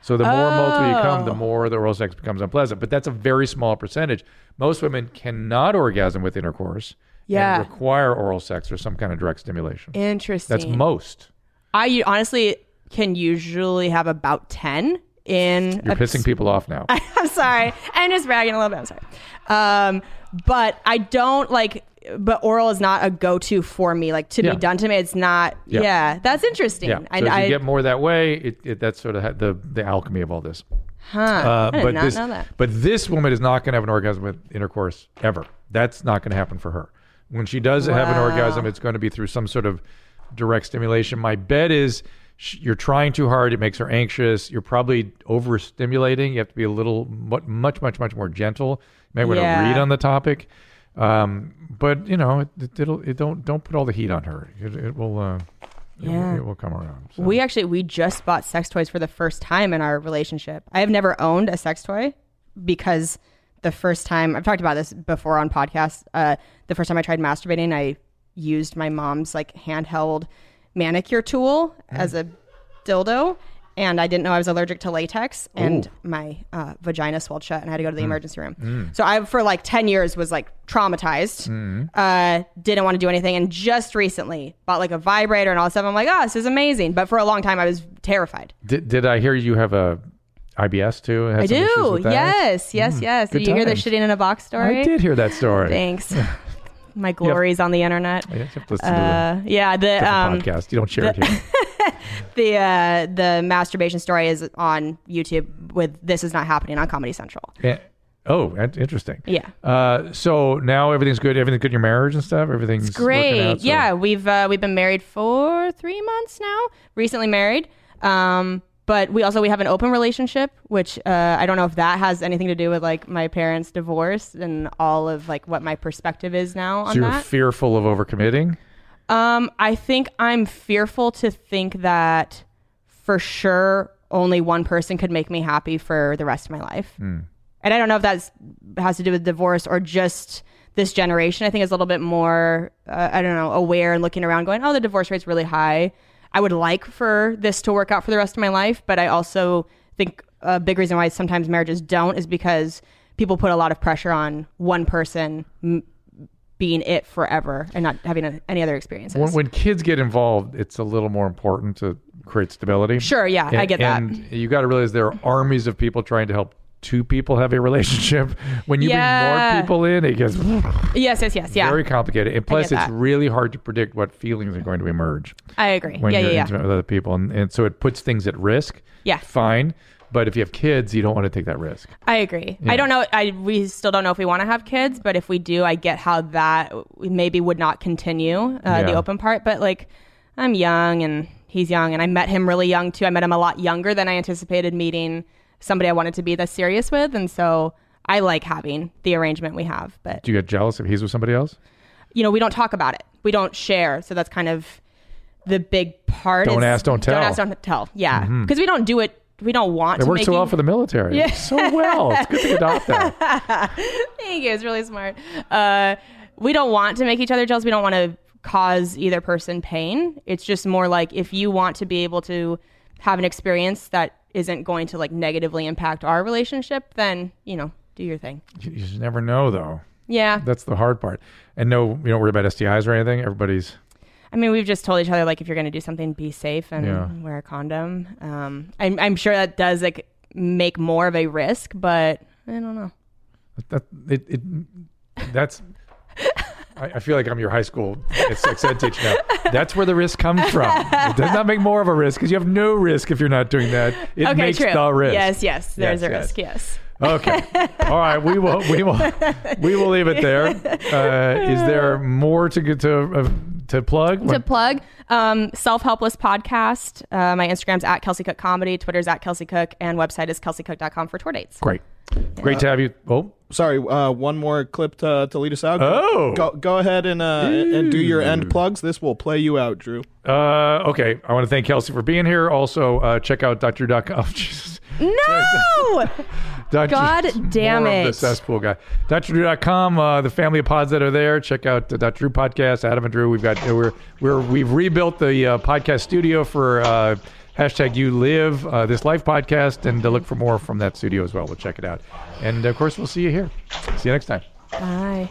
Speaker 2: So the more multiple you come, the
Speaker 1: Oh.
Speaker 2: more the oral sex becomes unpleasant. But that's a very small percentage. Most women cannot orgasm with intercourse.
Speaker 3: Yeah.
Speaker 2: And require oral sex or some kind of direct stimulation.
Speaker 3: Interesting.
Speaker 2: That's most.
Speaker 3: I u- honestly can usually have about 10 in
Speaker 2: You're
Speaker 3: a-
Speaker 2: pissing people off now.
Speaker 3: I'm sorry. I'm just bragging a little bit. I'm sorry. Um, but I don't like but oral is not a go-to for me like to
Speaker 2: Yeah.
Speaker 3: be done to me it's not
Speaker 2: Yeah.
Speaker 3: yeah, that's interesting
Speaker 2: Yeah.
Speaker 3: I,
Speaker 2: so as
Speaker 3: I
Speaker 2: you get more that way, it, it, that's sort of ha- the the alchemy of all this.
Speaker 3: huh
Speaker 2: Uh,
Speaker 3: I did
Speaker 2: but
Speaker 3: not
Speaker 2: this,
Speaker 3: know that
Speaker 2: but this woman is not going to have an orgasm with intercourse ever. That's not going to happen for her. When she does have an
Speaker 1: Wow.
Speaker 2: orgasm, it's going to be through some sort of direct stimulation. My bet is sh- you're trying too hard. It makes her anxious. You're probably overstimulating. You have to be a little mu- much, much, much more gentle. You might want
Speaker 1: Yeah.
Speaker 2: to read on the topic. Um, but you know, it, it, it'll it don't don't put all the heat on her. It, it will. Uh, it will-
Speaker 3: Yeah.
Speaker 2: it will come around.
Speaker 3: we actually we just bought sex toys for the first time in our relationship i have never owned a sex toy because the first time i've talked about this before on podcast uh, the first time i tried masturbating i used my mom's like handheld manicure tool as a dildo and i didn't know i was allergic to latex and
Speaker 11: Ooh.
Speaker 3: my uh, vagina swelled shut and i had to go to the
Speaker 2: Hmm.
Speaker 11: Mm.
Speaker 3: emergency room
Speaker 11: Mm.
Speaker 3: so i for like 10 years was like traumatized
Speaker 2: Hmm.
Speaker 11: Mm.
Speaker 3: uh, didn't want to do anything and just recently bought like a vibrator and all that stuff. I'm like, oh, this is amazing. But for a long time, I was terrified.
Speaker 2: Did, did I hear you have a IBS too? Had
Speaker 3: I
Speaker 2: some issues
Speaker 3: do.
Speaker 2: with that? Hmm.
Speaker 3: Yes, yes, yes.
Speaker 2: good
Speaker 3: Did you hear the
Speaker 2: times.
Speaker 3: shitting in a box story?
Speaker 2: I did hear that story.
Speaker 3: Thanks. My glories on the internet.
Speaker 2: You have to listen to
Speaker 3: Uh, yeah,
Speaker 2: the
Speaker 3: the um,
Speaker 2: podcast. You don't share it here.
Speaker 3: the uh, the masturbation story is on YouTube with "This Is Not Happening" on Comedy Central.
Speaker 2: Eh, oh, that's interesting.
Speaker 3: Yeah.
Speaker 2: Uh, so now everything's good. Everything's good in your marriage and stuff. Everything's
Speaker 3: Great.
Speaker 2: working out, so-
Speaker 3: Yeah, we've uh, we've been married for three months now. Recently married. Um, but we also we have an open relationship, which uh, I don't know if that has anything to do with like my parents' divorce and all of like what my perspective is now
Speaker 2: So
Speaker 3: on
Speaker 2: you're
Speaker 3: that.
Speaker 2: fearful of overcommitting.
Speaker 3: Um, I think I'm fearful to think that for sure only one person could make me happy for the rest of my life.
Speaker 2: Hmm.
Speaker 3: And I don't know if that has to do with divorce or just this generation. I think is a little bit more, uh, I don't know, aware and looking around going, oh, the divorce rate's really high. I would like for this to work out for the rest of my life. But I also think a big reason why sometimes marriages don't is because people put a lot of pressure on one person m- being it forever and not having a, any other experiences.
Speaker 2: When, when kids get involved, it's a little more important to create stability.
Speaker 3: Sure, yeah, I
Speaker 2: And-
Speaker 3: get that.
Speaker 2: And you got to realize there are armies of people trying to help two people have a relationship. When you bring
Speaker 3: Yeah.
Speaker 2: more people in, it gets
Speaker 3: yes, yes, yes, yeah.
Speaker 2: very complicated. And plus,
Speaker 3: get
Speaker 2: it's
Speaker 3: that.
Speaker 2: really hard to predict what feelings are going to emerge
Speaker 3: I agree.
Speaker 2: when
Speaker 3: yeah,
Speaker 2: you're
Speaker 3: yeah, yeah.
Speaker 2: intimate with other people, and, and so it puts things at risk.
Speaker 3: Yeah.
Speaker 2: fine. But if you have kids, you don't want to take that risk.
Speaker 3: I agree.
Speaker 2: Yeah.
Speaker 3: I don't know. I we still don't know if we want to have kids, but if we do, I get how that maybe would not continue uh, the
Speaker 2: Yeah.
Speaker 3: open part. But like, I'm young and he's young, and I met him really young too. I met him a lot younger than I anticipated meeting somebody I wanted to be this serious with, and so I like having the arrangement we have. But
Speaker 2: Do you get jealous if he's with somebody else?
Speaker 3: you know, we don't talk about it. We don't share. So that's kind of the big part.
Speaker 2: Don't
Speaker 3: is-
Speaker 2: ask, don't tell.
Speaker 3: Don't ask, don't tell. Yeah, because
Speaker 2: Mhm.
Speaker 3: we don't do it. We don't want
Speaker 2: It
Speaker 3: to
Speaker 2: works
Speaker 3: make
Speaker 2: so
Speaker 3: you-
Speaker 2: well for the military.
Speaker 3: Yeah.
Speaker 2: So well. It's good to adopt that.
Speaker 3: Thank you. It's really smart. Uh, we don't want to make each other jealous. We don't want to cause either person pain. It's just more like if you want to be able to have an experience that isn't going to like negatively impact our relationship, then you know, do your thing.
Speaker 2: You, you just never know, though.
Speaker 3: Yeah.
Speaker 2: That's the hard part. And no, you don't worry about STIs or anything. Everybody's
Speaker 3: I mean, we've just told each other like if you're going to do something, be safe and
Speaker 2: Yeah.
Speaker 3: wear a condom. Um, I'm, I'm sure that does like make more of a risk, but I don't know.
Speaker 2: that. It, it that's. I, I feel like I'm your high school sex ed teacher now. That's where the risk comes from. It does not make more of a risk because you have no risk if you're not doing that. It
Speaker 3: okay,
Speaker 2: makes
Speaker 3: true.
Speaker 2: the risk.
Speaker 3: Yes, yes. There's
Speaker 2: Yes,
Speaker 3: a
Speaker 2: yes.
Speaker 3: risk. Yes.
Speaker 2: Okay. All right. We will. We will. We will leave it there. Uh, is there more to get to uh, to plug?
Speaker 3: to plug um, self helpless podcast. Uh, my Instagram's at Kelsey Cook Comedy, Twitter's at Kelsey Cook, and website is kelseycook.com for tour dates.
Speaker 2: Great. Great to have you. Oh,
Speaker 4: sorry. Uh, one more clip to, to lead us out.
Speaker 2: Oh.
Speaker 4: go, go ahead and uh, and do your end plugs. This will play you out, Drew.
Speaker 2: Uh, okay. I want to thank Kelsey for being here. Also, uh, check out Dr.com. Jesus.
Speaker 3: No!
Speaker 2: Dr.
Speaker 3: God damn
Speaker 2: more of
Speaker 3: it.
Speaker 2: the cesspool guy. DrDrew.com, uh, the family of pods that are there. Check out the Dr. Drew podcast, Adam and Drew. We've got uh, we're we're we've rebuilt the uh, podcast studio for uh, hashtag You Live uh, This Life podcast, and to look for more from that studio as well. We'll check it out, and of course, we'll see you here. See you next time.
Speaker 3: Bye.